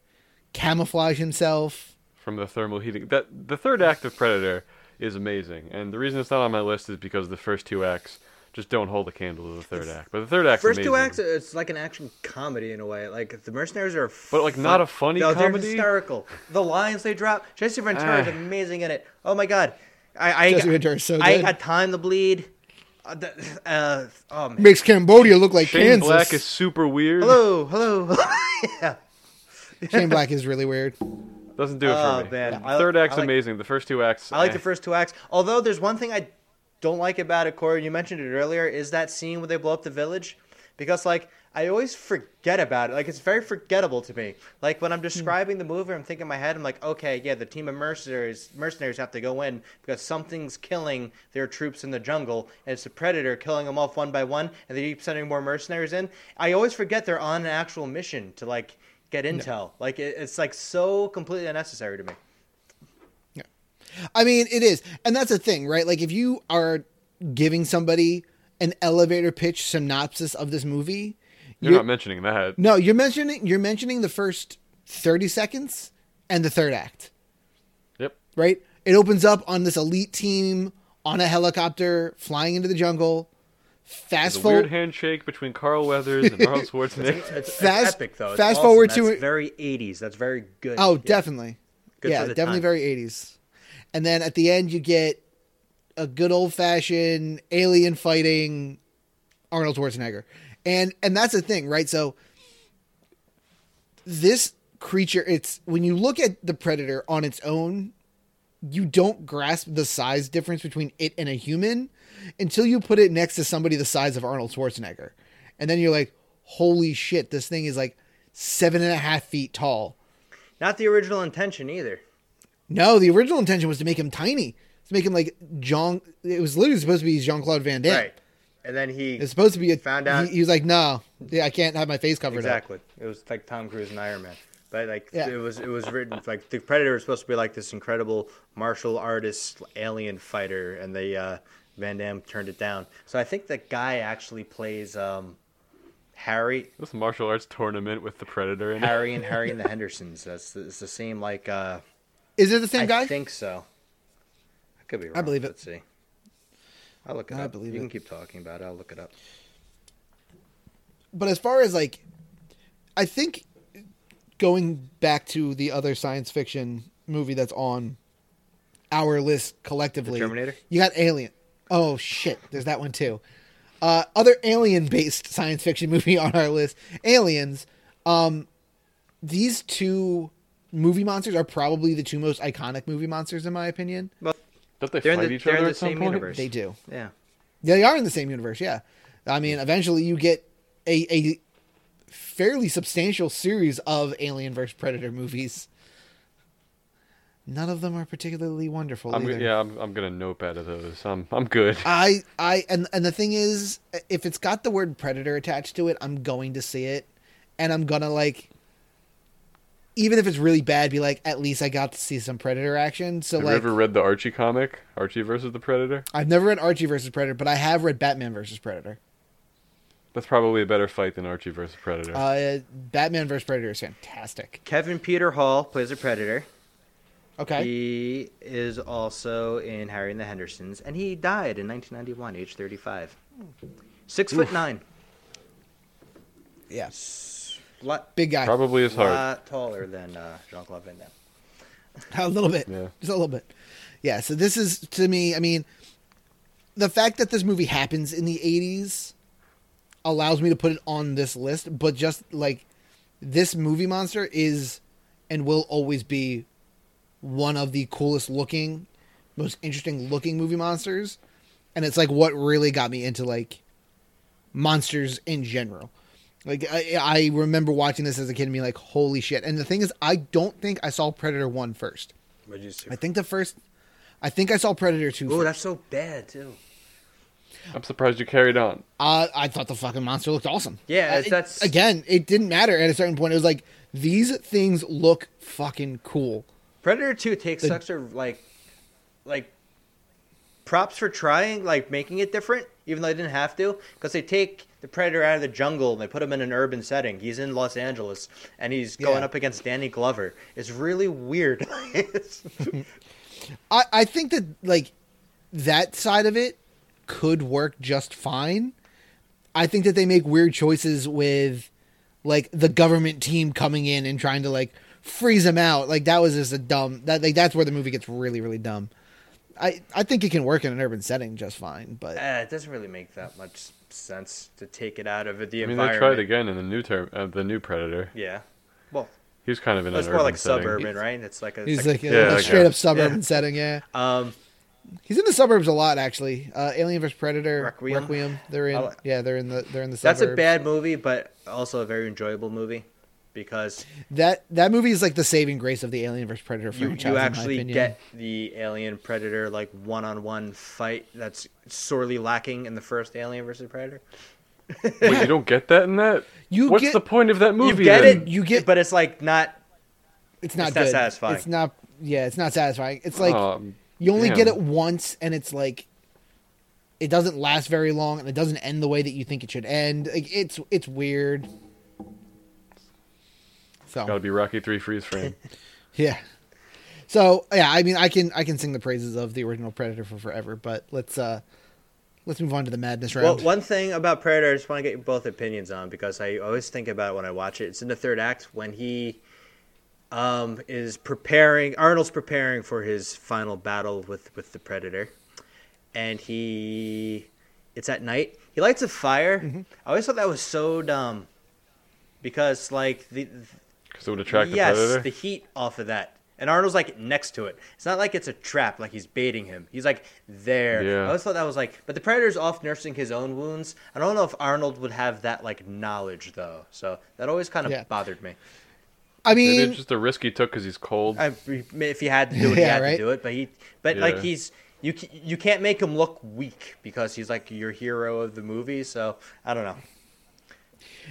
S3: camouflage himself.
S2: From the thermal heating. That the third act of Predator is amazing, and the reason it's not on my list is because the first two acts just don't hold a candle to the third act. But the third act.
S1: First two acts, it's like an action comedy in a way. Like the mercenaries are, f-
S2: But, like, not a funny
S1: no,
S2: comedy?
S1: They're hysterical. The lines they drop. Jesse Ventura is
S2: Ah.
S1: amazing in it. Oh my god, I, I
S3: Jesse Ventura's so
S1: I ain't
S3: good.
S1: got time to bleed. Uh, the, uh, oh man.
S3: Makes Cambodia look like
S2: Shane
S3: Kansas.
S2: Black is super weird.
S1: Hello, hello. <laughs> yeah.
S3: Shane Black is really weird.
S2: Doesn't do it
S1: Oh,
S2: for me.
S1: man.
S2: The
S1: I-
S2: third act's
S1: I like-
S2: amazing. The first two acts.
S1: I like
S2: eh.
S1: the first two acts. Although there's one thing I don't like about it, Corey. You mentioned it earlier. Is that scene where they blow up the village? Because like I always forget about it. Like it's very forgettable to me. Like when I'm describing the movie, I'm thinking in my head, I'm like, okay, yeah, the team of mercenaries mercenaries have to go in because something's killing their troops in the jungle, and it's a predator killing them off one by one, and they keep sending more mercenaries in. I always forget they're on an actual mission to like get intel. Like it, it's like so completely unnecessary to me.
S3: I mean, it is, and that's the thing, right? Like if you are giving somebody an elevator pitch synopsis of this movie,
S2: You're
S3: you-
S2: not mentioning that.
S3: no, you're mentioning you're mentioning the first thirty seconds and the third act.
S2: Yep.
S3: right? It opens up on this elite team on a helicopter flying into the jungle. Fast
S2: The
S3: forward,
S2: weird handshake between Carl Weathers and Arnold Schwarzenegger.
S1: It's, it's
S3: Fast-
S1: epic though. It's
S3: fast
S1: awesome.
S3: forward to
S1: That's
S3: it-
S1: very 80s. That's very good.
S3: Oh,
S1: Yeah.
S3: definitely.
S1: Good
S3: yeah,
S1: for the
S3: definitely
S1: time.
S3: very 80s. And then at the end, you get a good old fashioned alien fighting Arnold Schwarzenegger. And and that's the thing, right? So this creature, it's when you look at the predator on its own, you don't grasp the size difference between it and a human until you put it next to somebody the size of Arnold Schwarzenegger. And then you're like, holy shit, this thing is like seven and a half feet tall.
S1: Not the original intention either.
S3: No, the original intention was to make him tiny. To make him like Jean. It was literally supposed to be Jean Claude Van Damme.
S1: Right. And then he
S3: It's supposed to be a.
S1: Found out-
S3: He, he was like, no, yeah, I can't have my face covered up.
S1: exactly. It was like Tom Cruise and Iron Man. But like
S3: Yeah.
S1: it was it was written like the Predator was supposed to be like this incredible martial artist alien fighter and they uh Van Damme turned it down. So I think that guy actually plays um Harry
S2: this martial arts tournament with the Predator in it.
S1: Harry and Harry and
S3: <laughs>
S1: the Hendersons. That's it's the same like uh
S3: Is it the same
S1: I
S3: guy?
S1: think so. I could be wrong.
S3: believe it.
S1: Let's see. I'll look it
S3: I
S1: up.
S3: believe
S1: you
S3: it.
S1: can keep talking about it. I'll look it up.
S3: But as far as like, I think going back to the other science fiction movie that's on our list collectively,
S1: Terminator?
S3: You got Alien. Oh shit, there's that one too. Uh, other alien-based <laughs> science fiction movie on our list, Aliens. Um, these two movie monsters are probably the two most iconic movie monsters in my opinion.
S2: Don't they
S1: They're in
S2: fight
S1: the-
S2: each
S1: they're in
S2: other
S1: the
S2: at some
S1: same
S2: point?
S1: universe.
S3: They do.
S1: Yeah.
S3: Yeah, they are in the same universe. Yeah, I mean, eventually you get a a fairly substantial series of Alien vs Predator movies. None of them are particularly wonderful.
S2: I'm,
S3: either.
S2: yeah, I'm, I'm gonna nope out of those. I'm I'm good.
S3: I I and and the thing is, if it's got the word predator attached to it, I'm going to see it, and I'm gonna like. Even if it's really bad, be like, at least I got to see some predator action. So
S2: Have
S3: like,
S2: you ever read the Archie comic, Archie versus the Predator?
S3: I've never read Archie versus Predator, but I have read Batman versus
S2: <laughs>
S3: Predator.
S2: That's probably a better fight than Archie versus Predator.
S3: Uh, Batman versus Predator is fantastic.
S1: Kevin Peter Hall plays a predator.
S3: Okay.
S1: He is also in Harry and the Hendersons, and he died in 1991, age 35. Six foot nine.
S3: Yeah.
S1: Lot,
S3: Big guy.
S2: probably is hard.
S1: lot taller than uh, Jean Claude Van Damme.
S3: <laughs> A little bit.
S2: Yeah.
S3: Just a little bit. Yeah. So this is to me, I mean, the fact that this movie happens in the 80s allows me to put it on this list, but just like this movie monster is and will always be one of the coolest looking, most interesting looking movie monsters. And it's like what really got me into like monsters in general. Like I, I remember watching this as a kid and being like, "Holy shit!" And the thing is, I don't think I saw Predator one first.
S1: What'd you see?
S3: I think the first, I think I saw Predator two.
S1: Oh,
S3: first.
S1: that's so bad too.
S2: I'm surprised you carried on.
S3: Uh, I thought the fucking monster looked awesome.
S1: Yeah,
S3: Uh,
S1: it's-
S3: it-
S1: that's-
S3: again, it didn't matter. At a certain point, it was like these things look fucking cool.
S1: Predator Two takes such a like, like, props for trying like making it different, even though they didn't have to, because they take the Predator out of the jungle and they put him in an urban setting. He's in Los Angeles and he's going
S3: Yeah.
S1: up against Danny Glover. It's really weird. <laughs> It's-
S3: I, I think that like that side of it could work just fine. I think that they make weird choices with like the government team coming in and trying to like freeze them out. Like that was just a dumb that like that's where the movie gets really really dumb. I I think it can work in an urban setting just fine, but
S1: uh, it doesn't really make that much sense to take it out of the
S2: I mean, they
S1: environment.
S2: tried again in the new term, uh, the new Predator.
S1: Yeah, well,
S2: He was kind of in
S1: it's
S2: an
S1: more
S2: urban
S1: like
S2: setting.
S1: suburban, right? It's like a,
S3: he's
S1: it's
S3: like,
S1: like,
S3: a,
S2: Yeah,
S3: like,
S2: okay.
S3: straight up suburban
S1: Yeah.
S3: setting, yeah.
S1: um,
S3: He's in the suburbs a lot actually. Uh Alien vs Predator,
S1: Requiem.
S3: Requiem. they're in
S1: I li-
S3: yeah, they're in the they're in the suburbs.
S1: that's a bad movie, but also a very enjoyable movie because
S3: That that movie is like the saving grace of the Alien vs Predator
S1: you,
S3: franchise.
S1: you
S3: in my
S1: actually
S3: opinion.
S1: get the alien predator like one on one fight that's sorely lacking in the first Alien versus Predator.
S2: Wait, you don't get that in that?
S3: You
S2: What's
S3: get-
S2: the point of that
S1: You
S2: movie?
S1: get
S2: then?
S1: it,
S3: You get-
S1: but it's like not.
S3: it's not
S1: it's not
S3: good.
S1: satisfying.
S3: It's not yeah, it's not satisfying. It's like
S2: Aw,
S3: you
S2: Oh,
S3: only
S2: damn.
S3: get it once, and it's like it doesn't last very long, and it doesn't end the way that you think it should end. Like it's it's weird. So
S2: Gotta be Rocky Three freeze frame.
S3: yeah, so yeah, I mean, I can I can sing the praises of the original Predator for forever, but let's uh let's move on to the madness round.
S1: Well, one thing about Predator, I just want to get your both opinions on because I always think about it when I watch it. It's in the third act when he um, is preparing. Arnold's preparing for his final battle with with the Predator, and he it's at night. He lights a fire.
S3: Mm-hmm.
S1: I always thought that was so dumb because like the
S2: Because it would attract
S1: yes,
S2: the predator.
S1: the heat off of that. And Arnold's like next to it. It's not like it's a trap, like he's baiting him. He's like there.
S2: Yeah.
S1: I always thought that was like, but the Predator's off nursing his own wounds. I don't know if Arnold would have that like knowledge though. So that always kind of
S3: Yeah.
S1: bothered me.
S3: I
S2: Maybe
S3: mean,
S2: it's just a risk he took because he's cold.
S1: I, if he had to do it, he
S3: <laughs> Yeah,
S1: had to
S3: right?
S1: do it. But he, but like
S2: Yeah.
S1: he's you ca- you can't make him look weak because he's like your hero of the movie. So I don't know.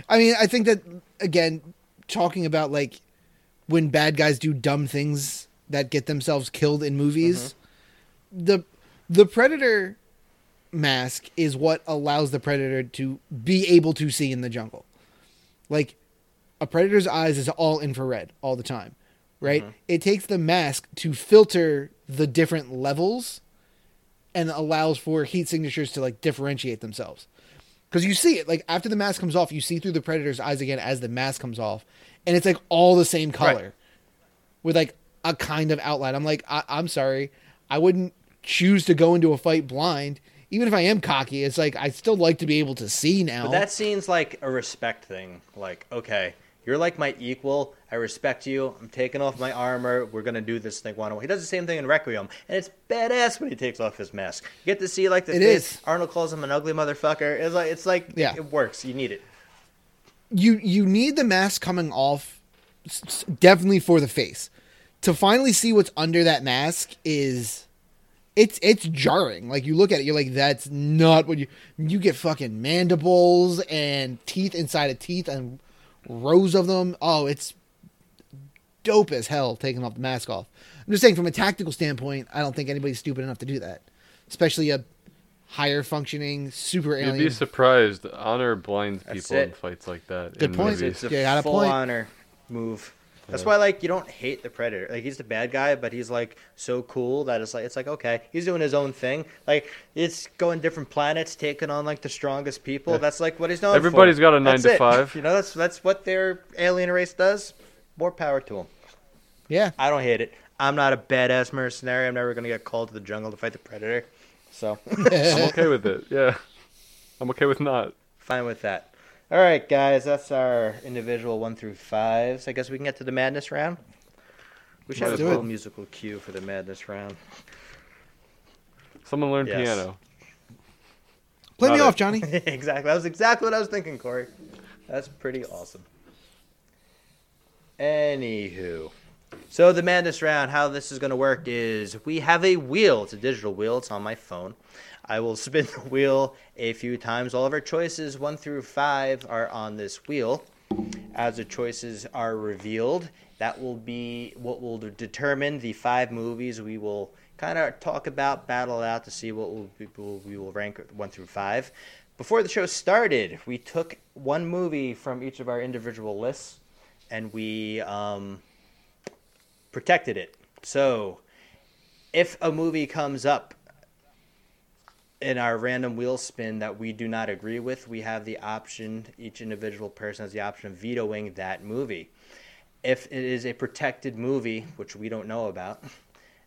S3: I mean, I think that again, talking about like when bad guys do dumb things that get themselves killed in movies, the the predator mask is what allows the predator to be able to see in the jungle. Like a predator's eyes is all infrared all the time, right? It takes the mask to filter the different levels and allows for heat signatures to like differentiate themselves. Because you see it, like after the mask comes off, you see through the predator's eyes again as the mask comes off, and it's like all the same color, with like a kind of outline. I'm like, I- I'm sorry, I wouldn't choose to go into a fight blind, even if I am cocky. It's like I still like to be able to see now.
S1: But that seems like a respect thing. Like, okay, you're like my equal. I respect you. I'm taking off my armor. We're gonna do this thing one on one. He does the same thing in Requiem, and it's badass when he takes off his mask. You get to see like the
S3: It
S1: face.
S3: is.
S1: Arnold calls him an ugly motherfucker. It's like it's like
S3: Yeah.
S1: it works. You need it.
S3: you you need the mask coming off s- s- definitely for the face to finally see what's under that mask is it's it's jarring like you look at it you're like that's not what you you get fucking mandibles and teeth inside of teeth and rows of them oh it's dope as hell taking off the mask off i'm just saying from a tactical standpoint i don't think anybody's stupid enough to do that especially a higher functioning super
S2: You'd
S3: alien
S2: be surprised. Honor blinds
S1: That's
S2: people in
S1: it.
S2: fights like that.
S3: Good
S2: in
S3: point.
S2: movies.
S1: It's a
S3: Yeah, you got a
S1: full
S3: point.
S1: honor move. That's why, like, you don't hate the predator. Like, he's the bad guy, but he's like so cool that it's like it's like okay, he's doing his own thing. Like, it's going different planets, taking on like the strongest people. That's like what he's known.
S2: Everybody's
S1: for.
S2: got a nine
S1: That's
S2: to
S1: it.
S2: five.
S1: You know, that's that's what their alien race does. More power to them.
S3: yeah <laughs>
S1: I don't hate it. I'm not a badass mercenary. I'm never gonna get called to the jungle to fight the predator. So <laughs>
S2: I'm okay with it. Yeah, I'm okay with not.
S1: fine with that. All right, guys, that's our individual one through fives. I guess we can get to the madness round. We should have
S2: Let's
S1: a
S3: do
S1: cool
S3: it.
S1: musical cue for the madness round.
S2: Someone learn
S1: Yes.
S2: piano.
S3: Play me
S2: Got it.
S3: off, Johnny.
S1: <laughs> exactly. That was exactly what I was thinking, Corey. That's pretty awesome. Anywho. So the madness round, how this is going to work is we have a wheel. It's a digital wheel. It's on my phone. I will spin <laughs> the wheel a few times. All of our choices, one through five, are on this wheel. As the choices are revealed, that will be what will determine the five movies we will kind of talk about, battle out to see what will- we will we will rank one through five. Before the show started, we took one movie from each of our individual lists, and we um, protected it. So, if a movie comes up in our random wheel spin that we do not agree with, we have the option, each individual person has the option of vetoing that movie. If it is a protected movie, which we don't know about,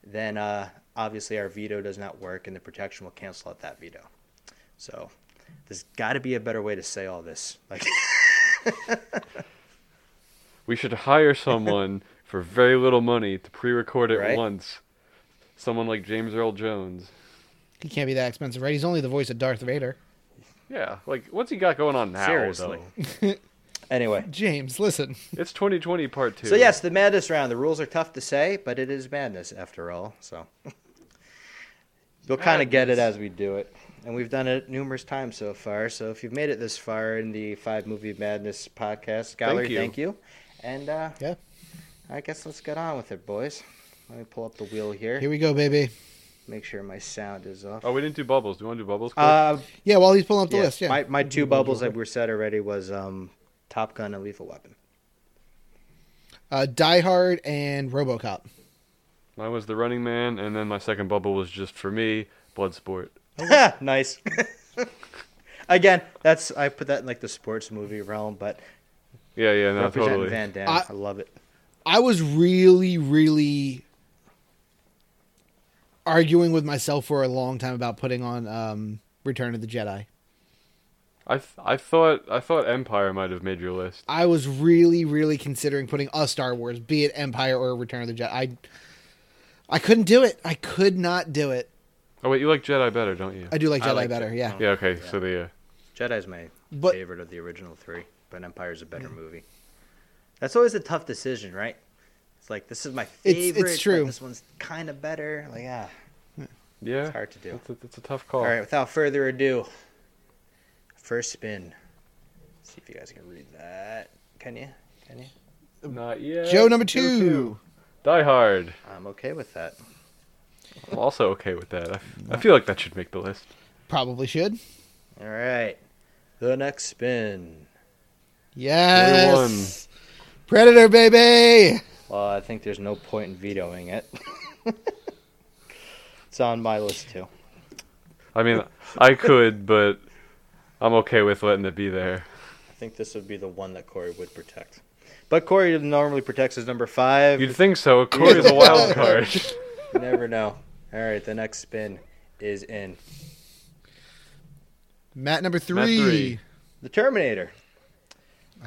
S1: then uh, obviously our veto does not work and the protection will cancel out that veto. So there's got to be a better way to say all this. Like,
S2: We should
S1: <laughs>
S2: hire someone for very little money to pre-record it
S1: Right?
S2: once. Someone like James Earl Jones.
S3: He can't be that expensive, right? He's only the voice of Darth Vader.
S2: Yeah, like what's he got going on now?
S1: Seriously.
S2: though?
S1: anyway.
S3: James, listen.
S2: it's 2020 part two.
S1: <laughs> So yes, the madness round. The rules are tough to say, but it is madness after all. So <laughs> you'll kind of get it as we do it, and we've done it numerous times so far. So if you've made it this far in the Five Movie Madness podcast gallery,
S2: you.
S1: thank you. And uh,
S3: Yeah.
S1: I guess let's get on with it, boys. Let me pull up the wheel here.
S3: Here we go, baby.
S1: Make sure my sound is off.
S2: Oh, we didn't do bubbles. Do you want to do bubbles? quick?
S1: Uh,
S3: Yeah, while he's pulling up the
S1: yeah,
S3: list, Oh, yeah.
S1: My my two bubbles that were set already was um, Top Gun and Lethal Weapon.
S3: Uh, Die Hard and RoboCop.
S2: Mine was the Running Man, and then my second bubble was just for me, Bloodsport.
S3: Oh,
S1: <laughs> nice. Again, that's I put that in like the sports movie realm, but
S2: Yeah, yeah, no,
S1: representing
S2: totally.
S1: Van Damme,
S3: I-
S1: I love it.
S3: I was really, really arguing with myself for a long time about putting on um, Return of the Jedi.
S2: I th- I thought I thought Empire might have made your list.
S3: I was really, really considering putting a Star Wars, be it Empire or Return of the Jedi. I, I couldn't do it. I could not do it.
S2: Oh wait, you like Jedi better, don't you?
S3: I do like
S1: I
S3: Jedi
S1: like
S3: better,
S1: Jedi.
S3: yeah.
S2: Yeah. Okay. So the uh,
S1: Jedi's my
S3: But-
S1: favorite of the original three, but Empire's a better movie. That's always a tough decision, right? It's like this is my
S3: It's- it's
S1: favorite. but
S3: true.
S1: this one's kind of better. Like ah,
S2: yeah, Oh.
S1: hard to do.
S2: It's a, it's a tough call.
S1: all right. Without further ado, first spin. see if you guys can read that. Can you? Can you?
S2: Not yet.
S3: Joe number
S2: Joe
S3: two.
S2: Die Hard.
S1: I'm okay with that.
S2: I'm also okay with that. I, I feel like that should make the list.
S3: Probably should.
S1: All right. The next spin.
S3: Yes. Predator, baby.
S1: Well, I think there's no point in vetoing it. <laughs> it's on my list too.
S2: I mean, I could, but I'm okay with letting it be there.
S1: I think this would be the one that Corey would protect. But Corey normally protects his number five.
S2: You'd think so. Corey's a
S3: <laughs>
S2: wild card.
S1: You never know. All right, the next spin is in
S3: Matt number three.
S2: three.
S1: The Terminator.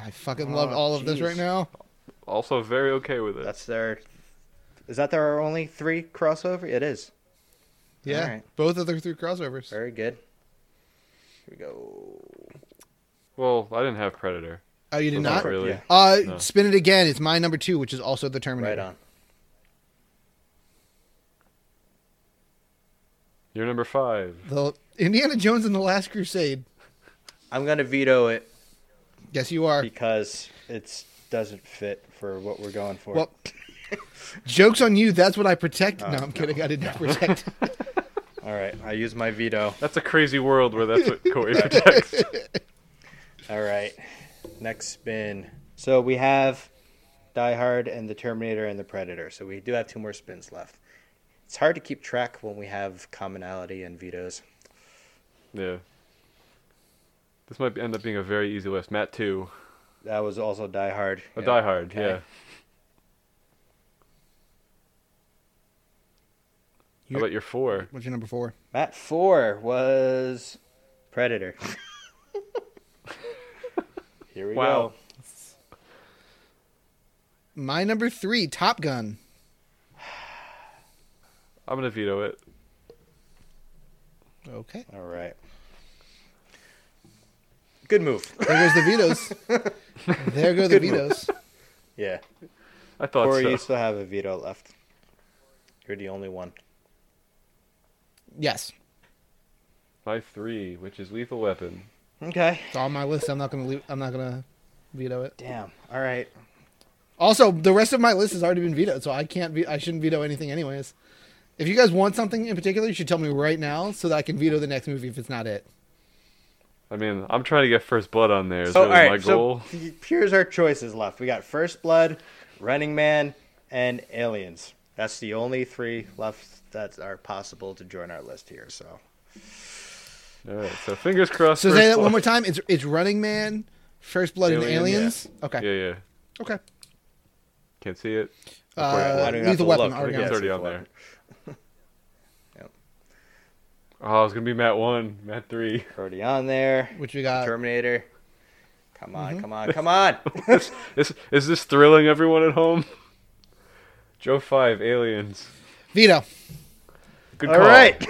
S3: I fucking
S1: Oh,
S3: love all of this
S1: jeez.
S3: right now.
S2: Also, very okay with it.
S1: That's their. Is that their only three crossover? It is.
S3: Yeah.
S1: All right.
S3: Both of their three crossovers.
S1: Very good. Here we go.
S2: well, I didn't have Predator.
S3: Oh, you did
S2: Not
S3: not?
S2: really.
S1: Yeah.
S3: Uh,
S2: No.
S3: spin it again. It's my number two, which is also the Terminator.
S1: Right on.
S2: You're number five.
S3: The Indiana Jones and the Last Crusade.
S1: I'm gonna veto it
S3: Yes, you are.
S1: because it doesn't fit for what we're going for.
S3: Well, <laughs> jokes on you. That's what I protected.
S1: Oh,
S3: no, I'm kidding. I
S1: <laughs>
S3: did not protect.
S1: All right, I use my veto.
S2: That's a crazy world where that's what Corey <laughs> protects.
S1: All right. Next spin. So we have Die Hard and the Terminator and the Predator. So we do have two more spins left. It's hard to keep track when we have commonality and vetoes.
S2: Yeah. This might be- end up being a very easy list. Matt two.
S1: That was also Die Hard.
S2: A
S1: Yeah.
S2: Oh, Die Hard.
S1: Okay.
S2: Yeah. How
S3: You're-
S2: about your four?
S3: What's your number four?
S1: Matt
S2: <laughs>
S1: 4 was Predator. Here we
S2: Wow.
S1: go.
S3: My number three, Top Gun.
S2: I'm gonna veto it.
S3: Okay.
S1: All right. Good move.
S3: There goes the
S1: <laughs>
S3: vetoes. there go the
S1: Good move.
S3: vetoes.
S1: yeah.
S2: I thought
S1: Corey,
S2: so.
S1: you still have a veto left. You're the only one.
S3: Yes.
S2: My three, which is Lethal Weapon.
S1: Okay.
S3: It's on my list. I'm not gonna leave, I'm not gonna veto it.
S1: Damn. All right.
S3: Also, the rest of my list has already been vetoed, so I can't. Ve- I shouldn't veto anything, anyways. If you guys want something in particular, you should tell me right now so that I can veto the next movie if it's not it.
S2: I mean, I'm trying to get First Blood on there. Is
S1: So, Oh, all
S2: really my
S1: right.
S2: goal?
S1: <laughs> So, here's our choices left. We got First Blood, Running Man, and Aliens. That's the only three left that are possible to join our list here. So,
S2: All right. So fingers crossed.
S3: So
S2: First
S3: say that
S2: Blood.
S3: one more time. It's it's Running Man, First Blood, and
S2: Alien, yeah.
S3: Aliens. Okay.
S2: Yeah, yeah.
S3: Okay.
S2: Can't see it.
S3: Uh,
S1: I don't even have to
S3: Lethal Weapon.
S1: look.
S2: I think
S3: Argon.
S2: it's
S1: Yes,
S2: already
S1: it's
S2: on there.
S1: Yep.
S2: Oh, it's gonna be Matt one, Matt three.
S1: already on there.
S3: Which we got.
S1: Terminator. Come on,
S3: mm-hmm.
S1: come on, come
S3: <laughs>
S1: on.
S2: is, is, is this thrilling everyone at home? Joe Five, Aliens.
S3: Veto.
S1: <laughs>
S2: Good
S1: All
S2: call.
S1: right.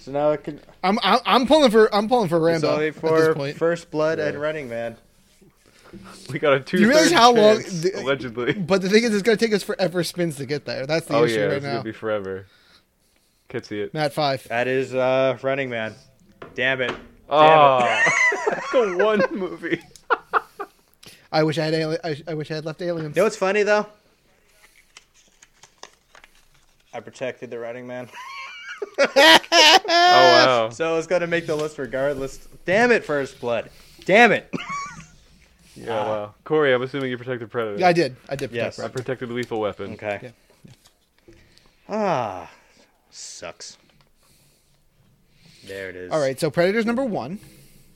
S1: so now it can.
S3: I'm, I'm I'm pulling for I'm pulling for
S1: It's
S3: Rambo
S1: only
S3: at this
S1: for
S3: point.
S1: First Blood and Running Man.
S2: We got a two.
S3: realize how long the-
S2: allegedly?
S3: But <laughs> the thing is, it's gonna take us forever spins to get there. That's the
S2: Oh
S3: issue
S2: yeah,
S3: right
S2: it's
S3: now.
S2: gonna be forever. Can't see it.
S3: Matt five.
S1: That is uh, Running Man. Damn it.
S2: Ah, the
S3: <laughs>
S2: one movie.
S3: I wish I had ali- I, I wish I had left aliens.
S1: You know what's funny though? I protected the Running Man,
S2: Oh wow.
S1: so I was gonna make the list regardless. Damn it, First Blood. Damn
S3: <coughs>
S1: it.
S2: Yeah, wow. Corey, I'm assuming you protected Predator.
S3: Yeah, I did. I did.
S1: Yes.
S3: Protect
S2: I
S3: Rob.
S2: protected Lethal Weapon.
S1: Okay.
S3: Yeah.
S1: Ah, sucks. There it is.
S3: All right. So Predator's number one.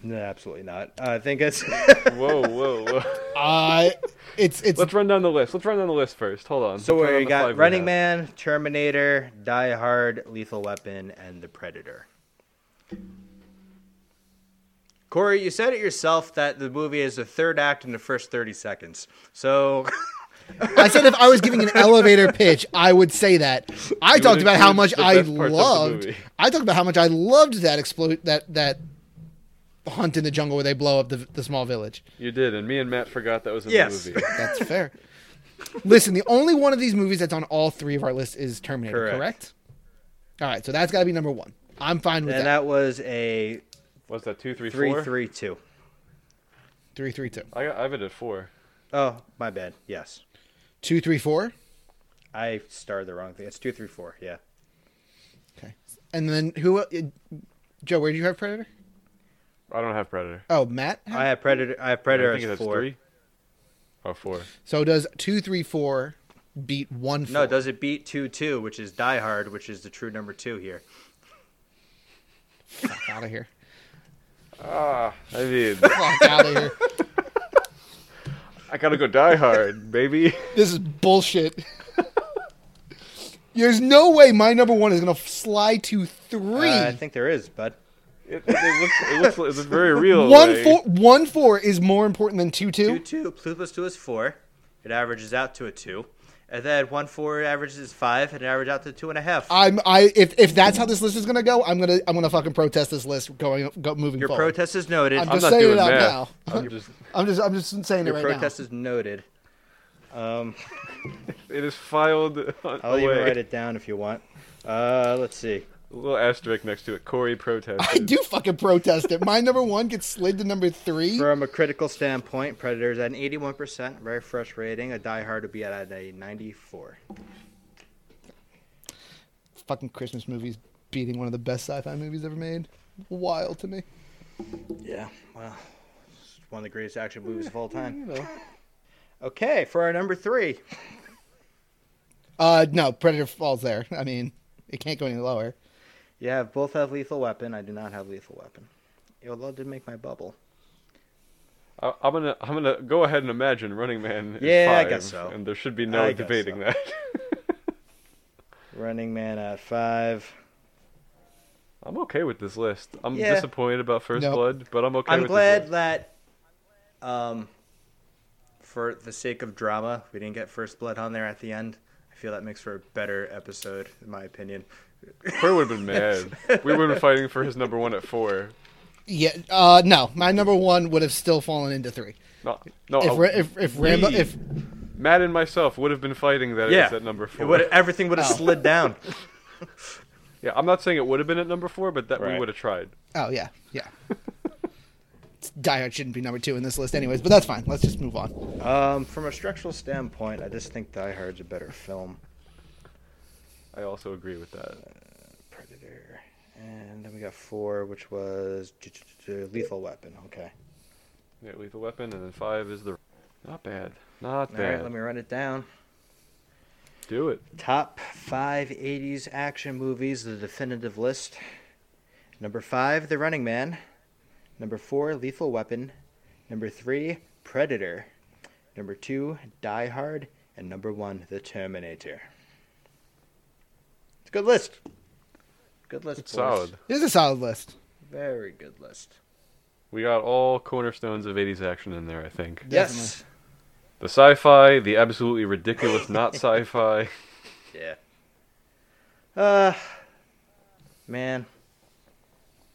S1: No, absolutely not. I think it's. <laughs>
S2: Whoa, whoa, whoa.
S3: Uh it's it's
S2: Let's run down the list. Let's run down the list first. Hold on.
S1: So
S2: Let's run
S1: we
S2: down the five
S1: got Running
S2: have.
S1: Man, Terminator, Die Hard, Lethal Weapon, and The Predator. Corey, you said it yourself that the movie is the third act in the first 30 seconds. So, <laughs>
S3: I said if
S2: <laughs>
S3: I was giving an elevator pitch, I would say that. I
S2: would
S3: talked about how
S2: include
S3: much
S2: the
S3: I
S2: best parts of the
S3: loved.
S2: movie.
S3: I talked about how much I loved that explode that that hunt in the jungle where they blow up the, the small village.
S2: You did, and me and Matt forgot that was in
S1: Yes.
S2: the movie. <laughs>
S3: That's fair. Listen, the only one of these movies that's on all three of our lists is Terminator, correct?
S1: Correct.
S3: All right, so that's got to be number one. I'm fine with
S1: and
S3: that.
S1: that was a
S2: What's that? Two, three, four.
S1: three, three, two.
S3: Three, three, two,
S2: I got. I have it at four.
S1: Oh, my bad. Yes.
S3: two, three, four.
S1: I started the wrong thing. It's two, three, four. Yeah.
S3: Okay, and then who? Uh, Joe, where do you have Predator?
S2: I don't have Predator.
S3: Oh, Matt. had-
S1: I have Predator. I have Predator
S2: I think
S1: as
S2: that's
S1: four.
S2: three. Oh, four.
S3: So does two, three, four beat one?
S1: No,
S3: four?
S1: does it beat 2 2, which is Die Hard, which is the true number two here?
S3: Fuck out of here.
S2: Ah, I mean,
S3: Fuck out of
S1: <laughs>
S3: here.
S2: I gotta go Die
S1: <laughs>
S2: Hard, baby.
S3: This is bullshit. There's no way my number one is gonna slide to three.
S1: Uh, I think there is, bud.
S2: It, it looks. It looks. like- It's
S3: <laughs>
S2: very real.
S3: one
S2: way.
S3: four, one four is more important than two,
S1: two
S3: two.
S1: two two plus two is four. It averages out to a two, and then one four averages five, and it averages out to two and a half.
S3: I'm I if if that's how this list is gonna go, I'm gonna I'm gonna fucking protest this list going go, moving
S1: Your
S3: forward.
S1: protest is noted.
S3: I'm
S2: I'm
S3: just
S2: not
S3: saying
S2: doing
S3: it out
S2: math.
S3: now. <laughs>
S2: I'm just.
S3: I'm just I'm just saying
S1: Your
S3: it right
S1: protest
S3: now.
S1: is noted. Um,
S2: It is filed on
S1: I'll
S2: away.
S1: even write it down if you want. Uh, let's see.
S2: A little asterisk next to it. Corey protested.
S3: I do fucking protest it. My number one gets slid to number three.
S1: From a critical standpoint, Predator's at an 81%, very fresh rating. A Die Hard would be at a 94.
S3: Fucking Christmas movies beating one of the best sci-fi movies ever made. Wild to me.
S1: Yeah, well, it's one of the greatest action movies of all
S3: You
S1: time.
S3: know.
S1: Okay, for our number three,
S3: Uh no, Predator falls there. I mean, it can't go any lower.
S1: you have both have Lethal Weapon. I do not have Lethal Weapon. Although it did make my bubble.
S2: I, I'm gonna. I'm gonna go ahead and imagine Running Man. is
S1: Yeah, I
S2: five,
S1: guess so.
S2: And there should be no
S1: I guess
S2: debating
S1: so.
S2: that. <laughs>
S1: Running Man at five.
S2: I'm okay with this list. I'm
S1: Yeah.
S2: disappointed about First
S3: Nope.
S2: Blood, but I'm okay.
S1: I'm
S2: with
S1: glad
S2: This list.
S1: that Um, for the sake of drama, we didn't get First Blood on there at the end. I feel that makes for a better episode, in my opinion.
S2: Quinn would have
S1: <laughs>
S2: been mad. We would have been fighting for his number one at four.
S3: Yeah, uh, no, my number one would have still fallen into three.
S2: No, no.
S3: If
S2: I'll-
S3: Ra- if if Rambo
S2: we-
S3: if
S2: Matt and myself would have been fighting that it was at number
S1: It
S2: four.
S1: would've- everything would have
S3: Oh.
S1: slid down.
S2: Yeah, I'm not saying it would have been at number four, but that we
S1: Right.
S2: would have tried.
S3: oh yeah yeah, <laughs> Die Hard shouldn't be number two in this list anyways, but that's fine. Let's just move on.
S1: Um, from a structural standpoint, I just think Die Hard's a better film.
S2: I also agree with that.
S1: Predator. And then we got four, which was Lethal Weapon. Okay.
S2: Yeah, Lethal Weapon, and then five is the. Not bad. Not
S1: All right,
S2: bad.
S1: let me run it down.
S2: Do it.
S1: Top five 80s action movies, the definitive list. Number five, The Running Man. Number four, Lethal Weapon. Number three, Predator. Number two, Die Hard. And number one, The Terminator. It's a good list. Good list.
S2: It's
S1: boys.
S2: solid.
S3: This is a solid list.
S1: Very good list.
S2: We got all cornerstones of 80s action in there, I think.
S1: Yes.
S2: The sci fi, the absolutely
S1: <laughs>
S2: ridiculous not sci fi.
S1: Yeah. Uh, man,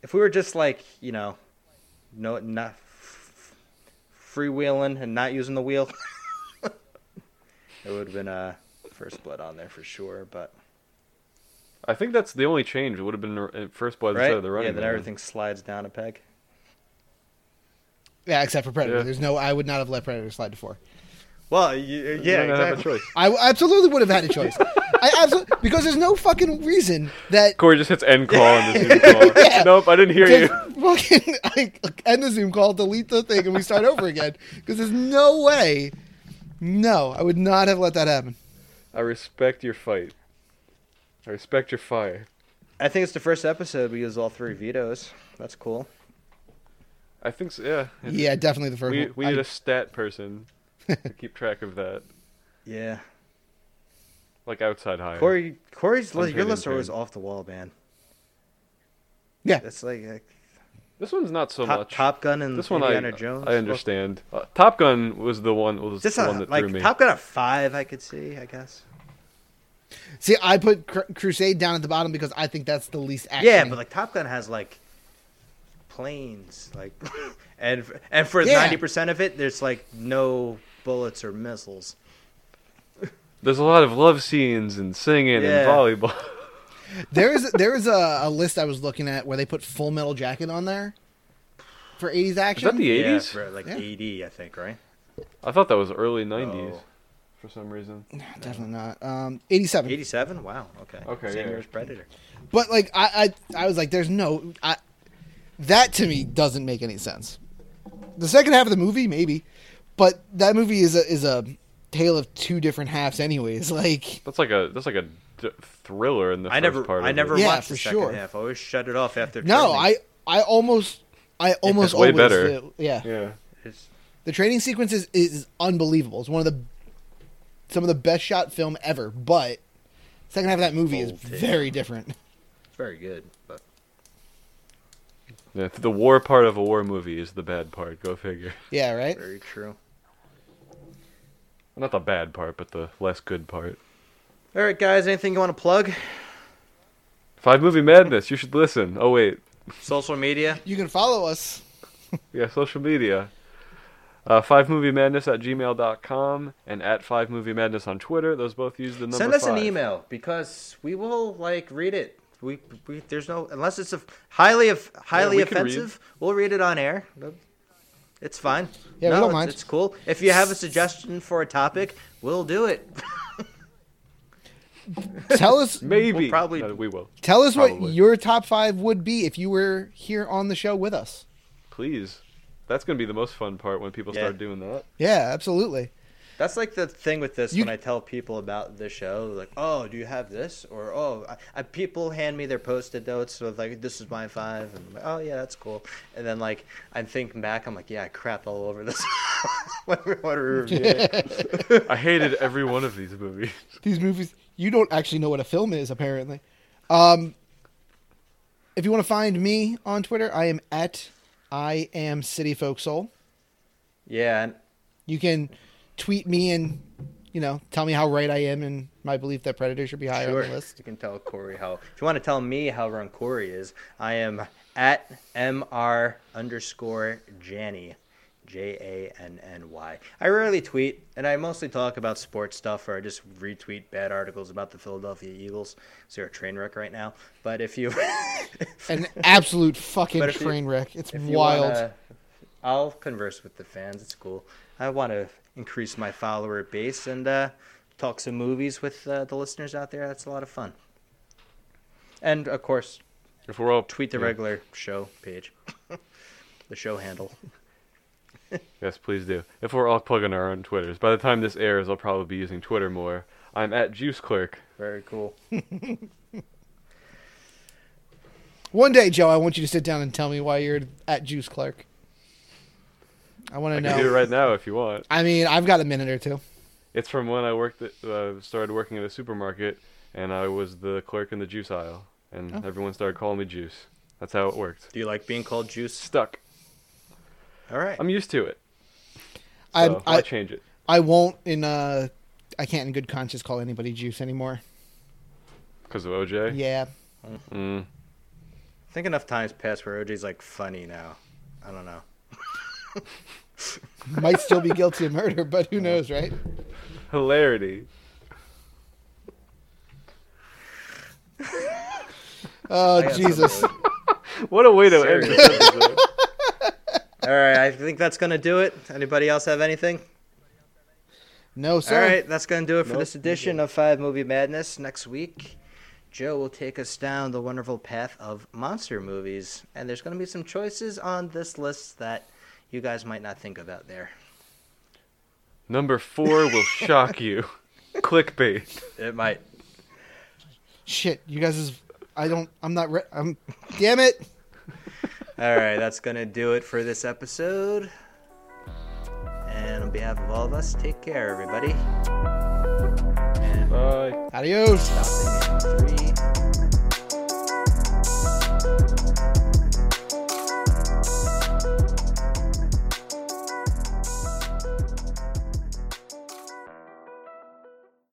S1: if we were just like you know, no, not f- freewheeling and not using the wheel, <laughs> it would have been uh, first blood on there for sure. But
S2: I think that's the only change. It would have been uh, First Blood
S1: right,
S2: instead of the running.
S1: yeah, then
S2: Man.
S1: everything slides down a peg.
S3: Yeah, except for Predator.
S2: Yeah.
S3: There's no. I would not have let Predator slide to four.
S1: Well, you, yeah,
S2: You don't have a
S1: exactly.
S2: choice.
S3: I w- absolutely would have had a choice. <laughs> I absolutely because there's no fucking reason that
S2: Corey just
S1: <laughs>
S2: hits end call on the Zoom call.
S3: Yeah.
S2: Nope, I didn't hear you.
S3: just <laughs> fucking I end the Zoom call, delete the thing, and we start over again. Because there's no way. No, I would not have let that happen.
S2: I respect your fight. I respect your fire.
S1: I think it's the first episode we used all three vetoes. That's cool.
S2: I think so, yeah. It's-
S3: Yeah, definitely the first
S2: We,
S3: one.
S2: we
S3: I-
S2: need a stat person
S1: <laughs>
S2: to keep track of that,
S1: Yeah,
S2: like outside hire.
S1: Corey, Corey's
S2: I'm
S1: li- your
S2: good,
S1: lists are
S2: I'm
S1: always
S2: good.
S1: off the wall, man.
S3: yeah,
S1: That's like uh,
S2: this one's not so
S1: Top,
S2: much.
S1: Top Gun and
S2: this one I,
S1: Indiana Jones.
S2: I
S1: Well,
S2: understand. Uh, Top Gun was the one was
S1: Just
S2: the
S1: a,
S2: one that
S1: like
S2: threw me.
S1: Top Gun at five, I could see. I guess.
S3: See, I put Cru- Crusade down at the bottom because I think that's the least action.
S1: Yeah, but like Top Gun has like planes, like, <laughs> and and for
S3: Yeah.
S1: ninety percent of it, there's like no bullets or missiles.
S2: There's a lot of love scenes and singing
S1: Yeah.
S2: and volleyball. <laughs>
S3: there is there is a, a list I was looking at where they put Full Metal Jacket on there for 80s
S2: Is
S3: action.
S2: that the 80s?
S1: yeah, for, like
S3: Yeah.
S1: eighty, I think, right?
S2: I thought that was early 90s
S1: Oh.
S2: for some reason.
S3: Definitely not. Um, 87.
S1: Eighty-seven. Wow. Okay.
S2: Okay,
S1: Same
S2: yeah.
S1: year as Predator.
S3: But like I, I I was like, there's no I that to me doesn't make any sense. The second half of the movie, maybe, but that movie is a is a tale of two different halves, anyways. <laughs> Like
S2: That's like a that's like a d- thriller in the
S1: I
S2: first
S1: never,
S2: part.
S1: I
S2: of
S1: never
S2: It.
S1: <laughs>
S3: Yeah,
S1: watched the
S3: for
S1: second
S3: sure.
S1: half. I always shut it off after.
S3: no,
S1: training.
S3: I I almost I almost
S2: way
S3: always
S2: better.
S3: do. Yeah.
S2: Yeah.
S1: It's-
S3: the training sequence is, is unbelievable. It's one of the some of the best shot film ever. But second half of that movie is
S1: Voltage.
S2: <laughs>
S3: very different.
S1: it's very good, but
S2: yeah. The war part of a war movie is the bad part. Go figure.
S3: Yeah, right.
S1: very true.
S2: Not the bad part, but the less good part.
S1: All right, guys. Anything you want to plug?
S2: Five Movie Madness. You should listen. Oh wait,
S1: Social media.
S3: You can follow us.
S2: yeah, social media. Uh, five Movie Madness at gmail.com and at Five Movie Madness on Twitter. Those both use the number.
S1: send us
S2: five.
S1: an email because we will like read it we, we there's no unless it's a highly of highly
S2: we can read.
S1: offensive we'll read it on air it's fine
S3: Yeah, we don't
S1: it's,
S3: mind.
S1: it's cool if you have a suggestion for a topic we'll do it <laughs>
S3: Tell
S2: <laughs>
S3: us
S2: Maybe
S1: We'll probably-
S2: No, we will.
S3: Tell us what
S2: Probably.
S3: your top five would be if you were here on the show with us.
S2: Please, that's gonna be the most fun part when people
S1: Yeah.
S2: start
S1: <laughs>
S2: doing that.
S3: Yeah, absolutely.
S1: that's like the thing with this
S3: You-
S1: when i tell people about the show like oh do you have this or oh I, I, people hand me their post-it notes with like this is my five and I'm like, oh yeah that's cool and then like i'm thinking back i'm like yeah i crapped all over this <laughs> when we when we reviewed it.
S3: <laughs>
S2: I hated every one of these movies. <laughs>
S3: These movies, you don't actually know what a film is, apparently. Um, if you want to find me on Twitter, I am at I am City Folk Soul.
S1: Yeah, and
S3: You can tweet me and you know tell me how right I am in my belief that Predator should be higher
S1: sure.
S3: on the list.
S1: You can tell Corey how. If you want to tell me how wrong Corey is, I am at mr underscore Janny, J A N N Y. I rarely tweet, and I mostly talk about sports stuff, or I just retweet bad articles about the Philadelphia Eagles. So you're a train wreck right now. But if you, <laughs>
S3: An <laughs> absolute fucking
S1: But if you-
S3: train wreck. It's
S1: if you
S3: wild.
S1: wanna- I'll converse with the fans. It's cool. I want to increase my follower base and uh, talk some movies with uh, the listeners out there. That's a lot of fun. And of course,
S2: If we're all
S1: tweet the
S2: yeah.
S1: regular show page, <laughs> the show handle.
S2: Yes, please do. If we're all plugging our own Twitters, by the time this airs, I'll probably be using Twitter more. I'm at Juice Clerk.
S1: Very cool.
S3: One day, Joe, I want you to sit down and tell me why you're at Juice Clark. I want to
S2: I
S3: know.
S2: can do it right now if you want.
S3: I mean, I've got a minute or two.
S2: It's from when I worked at, uh, started working at a supermarket, and I was the clerk in the juice aisle, and everyone started calling me Juice. That's how it worked.
S1: Do you like being called Juice?
S2: Stuck.
S1: All right.
S2: I'm used to it.
S3: I,
S2: So I,
S3: I
S2: change it.
S3: I won't in uh I can't in good conscience call anybody Juice anymore.
S2: Because of OJ?
S3: Yeah,
S2: Mm.
S1: I think enough times passed where OJ's like funny now. I don't know.
S3: might still be guilty of murder, but who knows, right?
S2: Hilarity.
S1: I
S3: Oh
S1: got
S3: Jesus!
S1: something.
S2: What a way to end
S1: Serious.
S2: this episode.
S1: All right. I think that's going to do it. Anybody else have anything?
S3: No,
S1: All
S3: sir.
S1: right, that's going to do it for
S2: Nope,
S1: this edition of Five Movie Madness. Next week, Joe will take us down the wonderful path of monster movies, and there's going to be some choices on this list that you guys might not think of out there.
S2: Number four will shock you. Clickbait.
S1: It might.
S3: Shit, you guys is I don't I'm not re- I'm damn it.
S1: All right, that's going to do it for this episode. And on behalf of all of us, take care, everybody. And
S2: Bye.
S3: Adios.
S1: stop in three,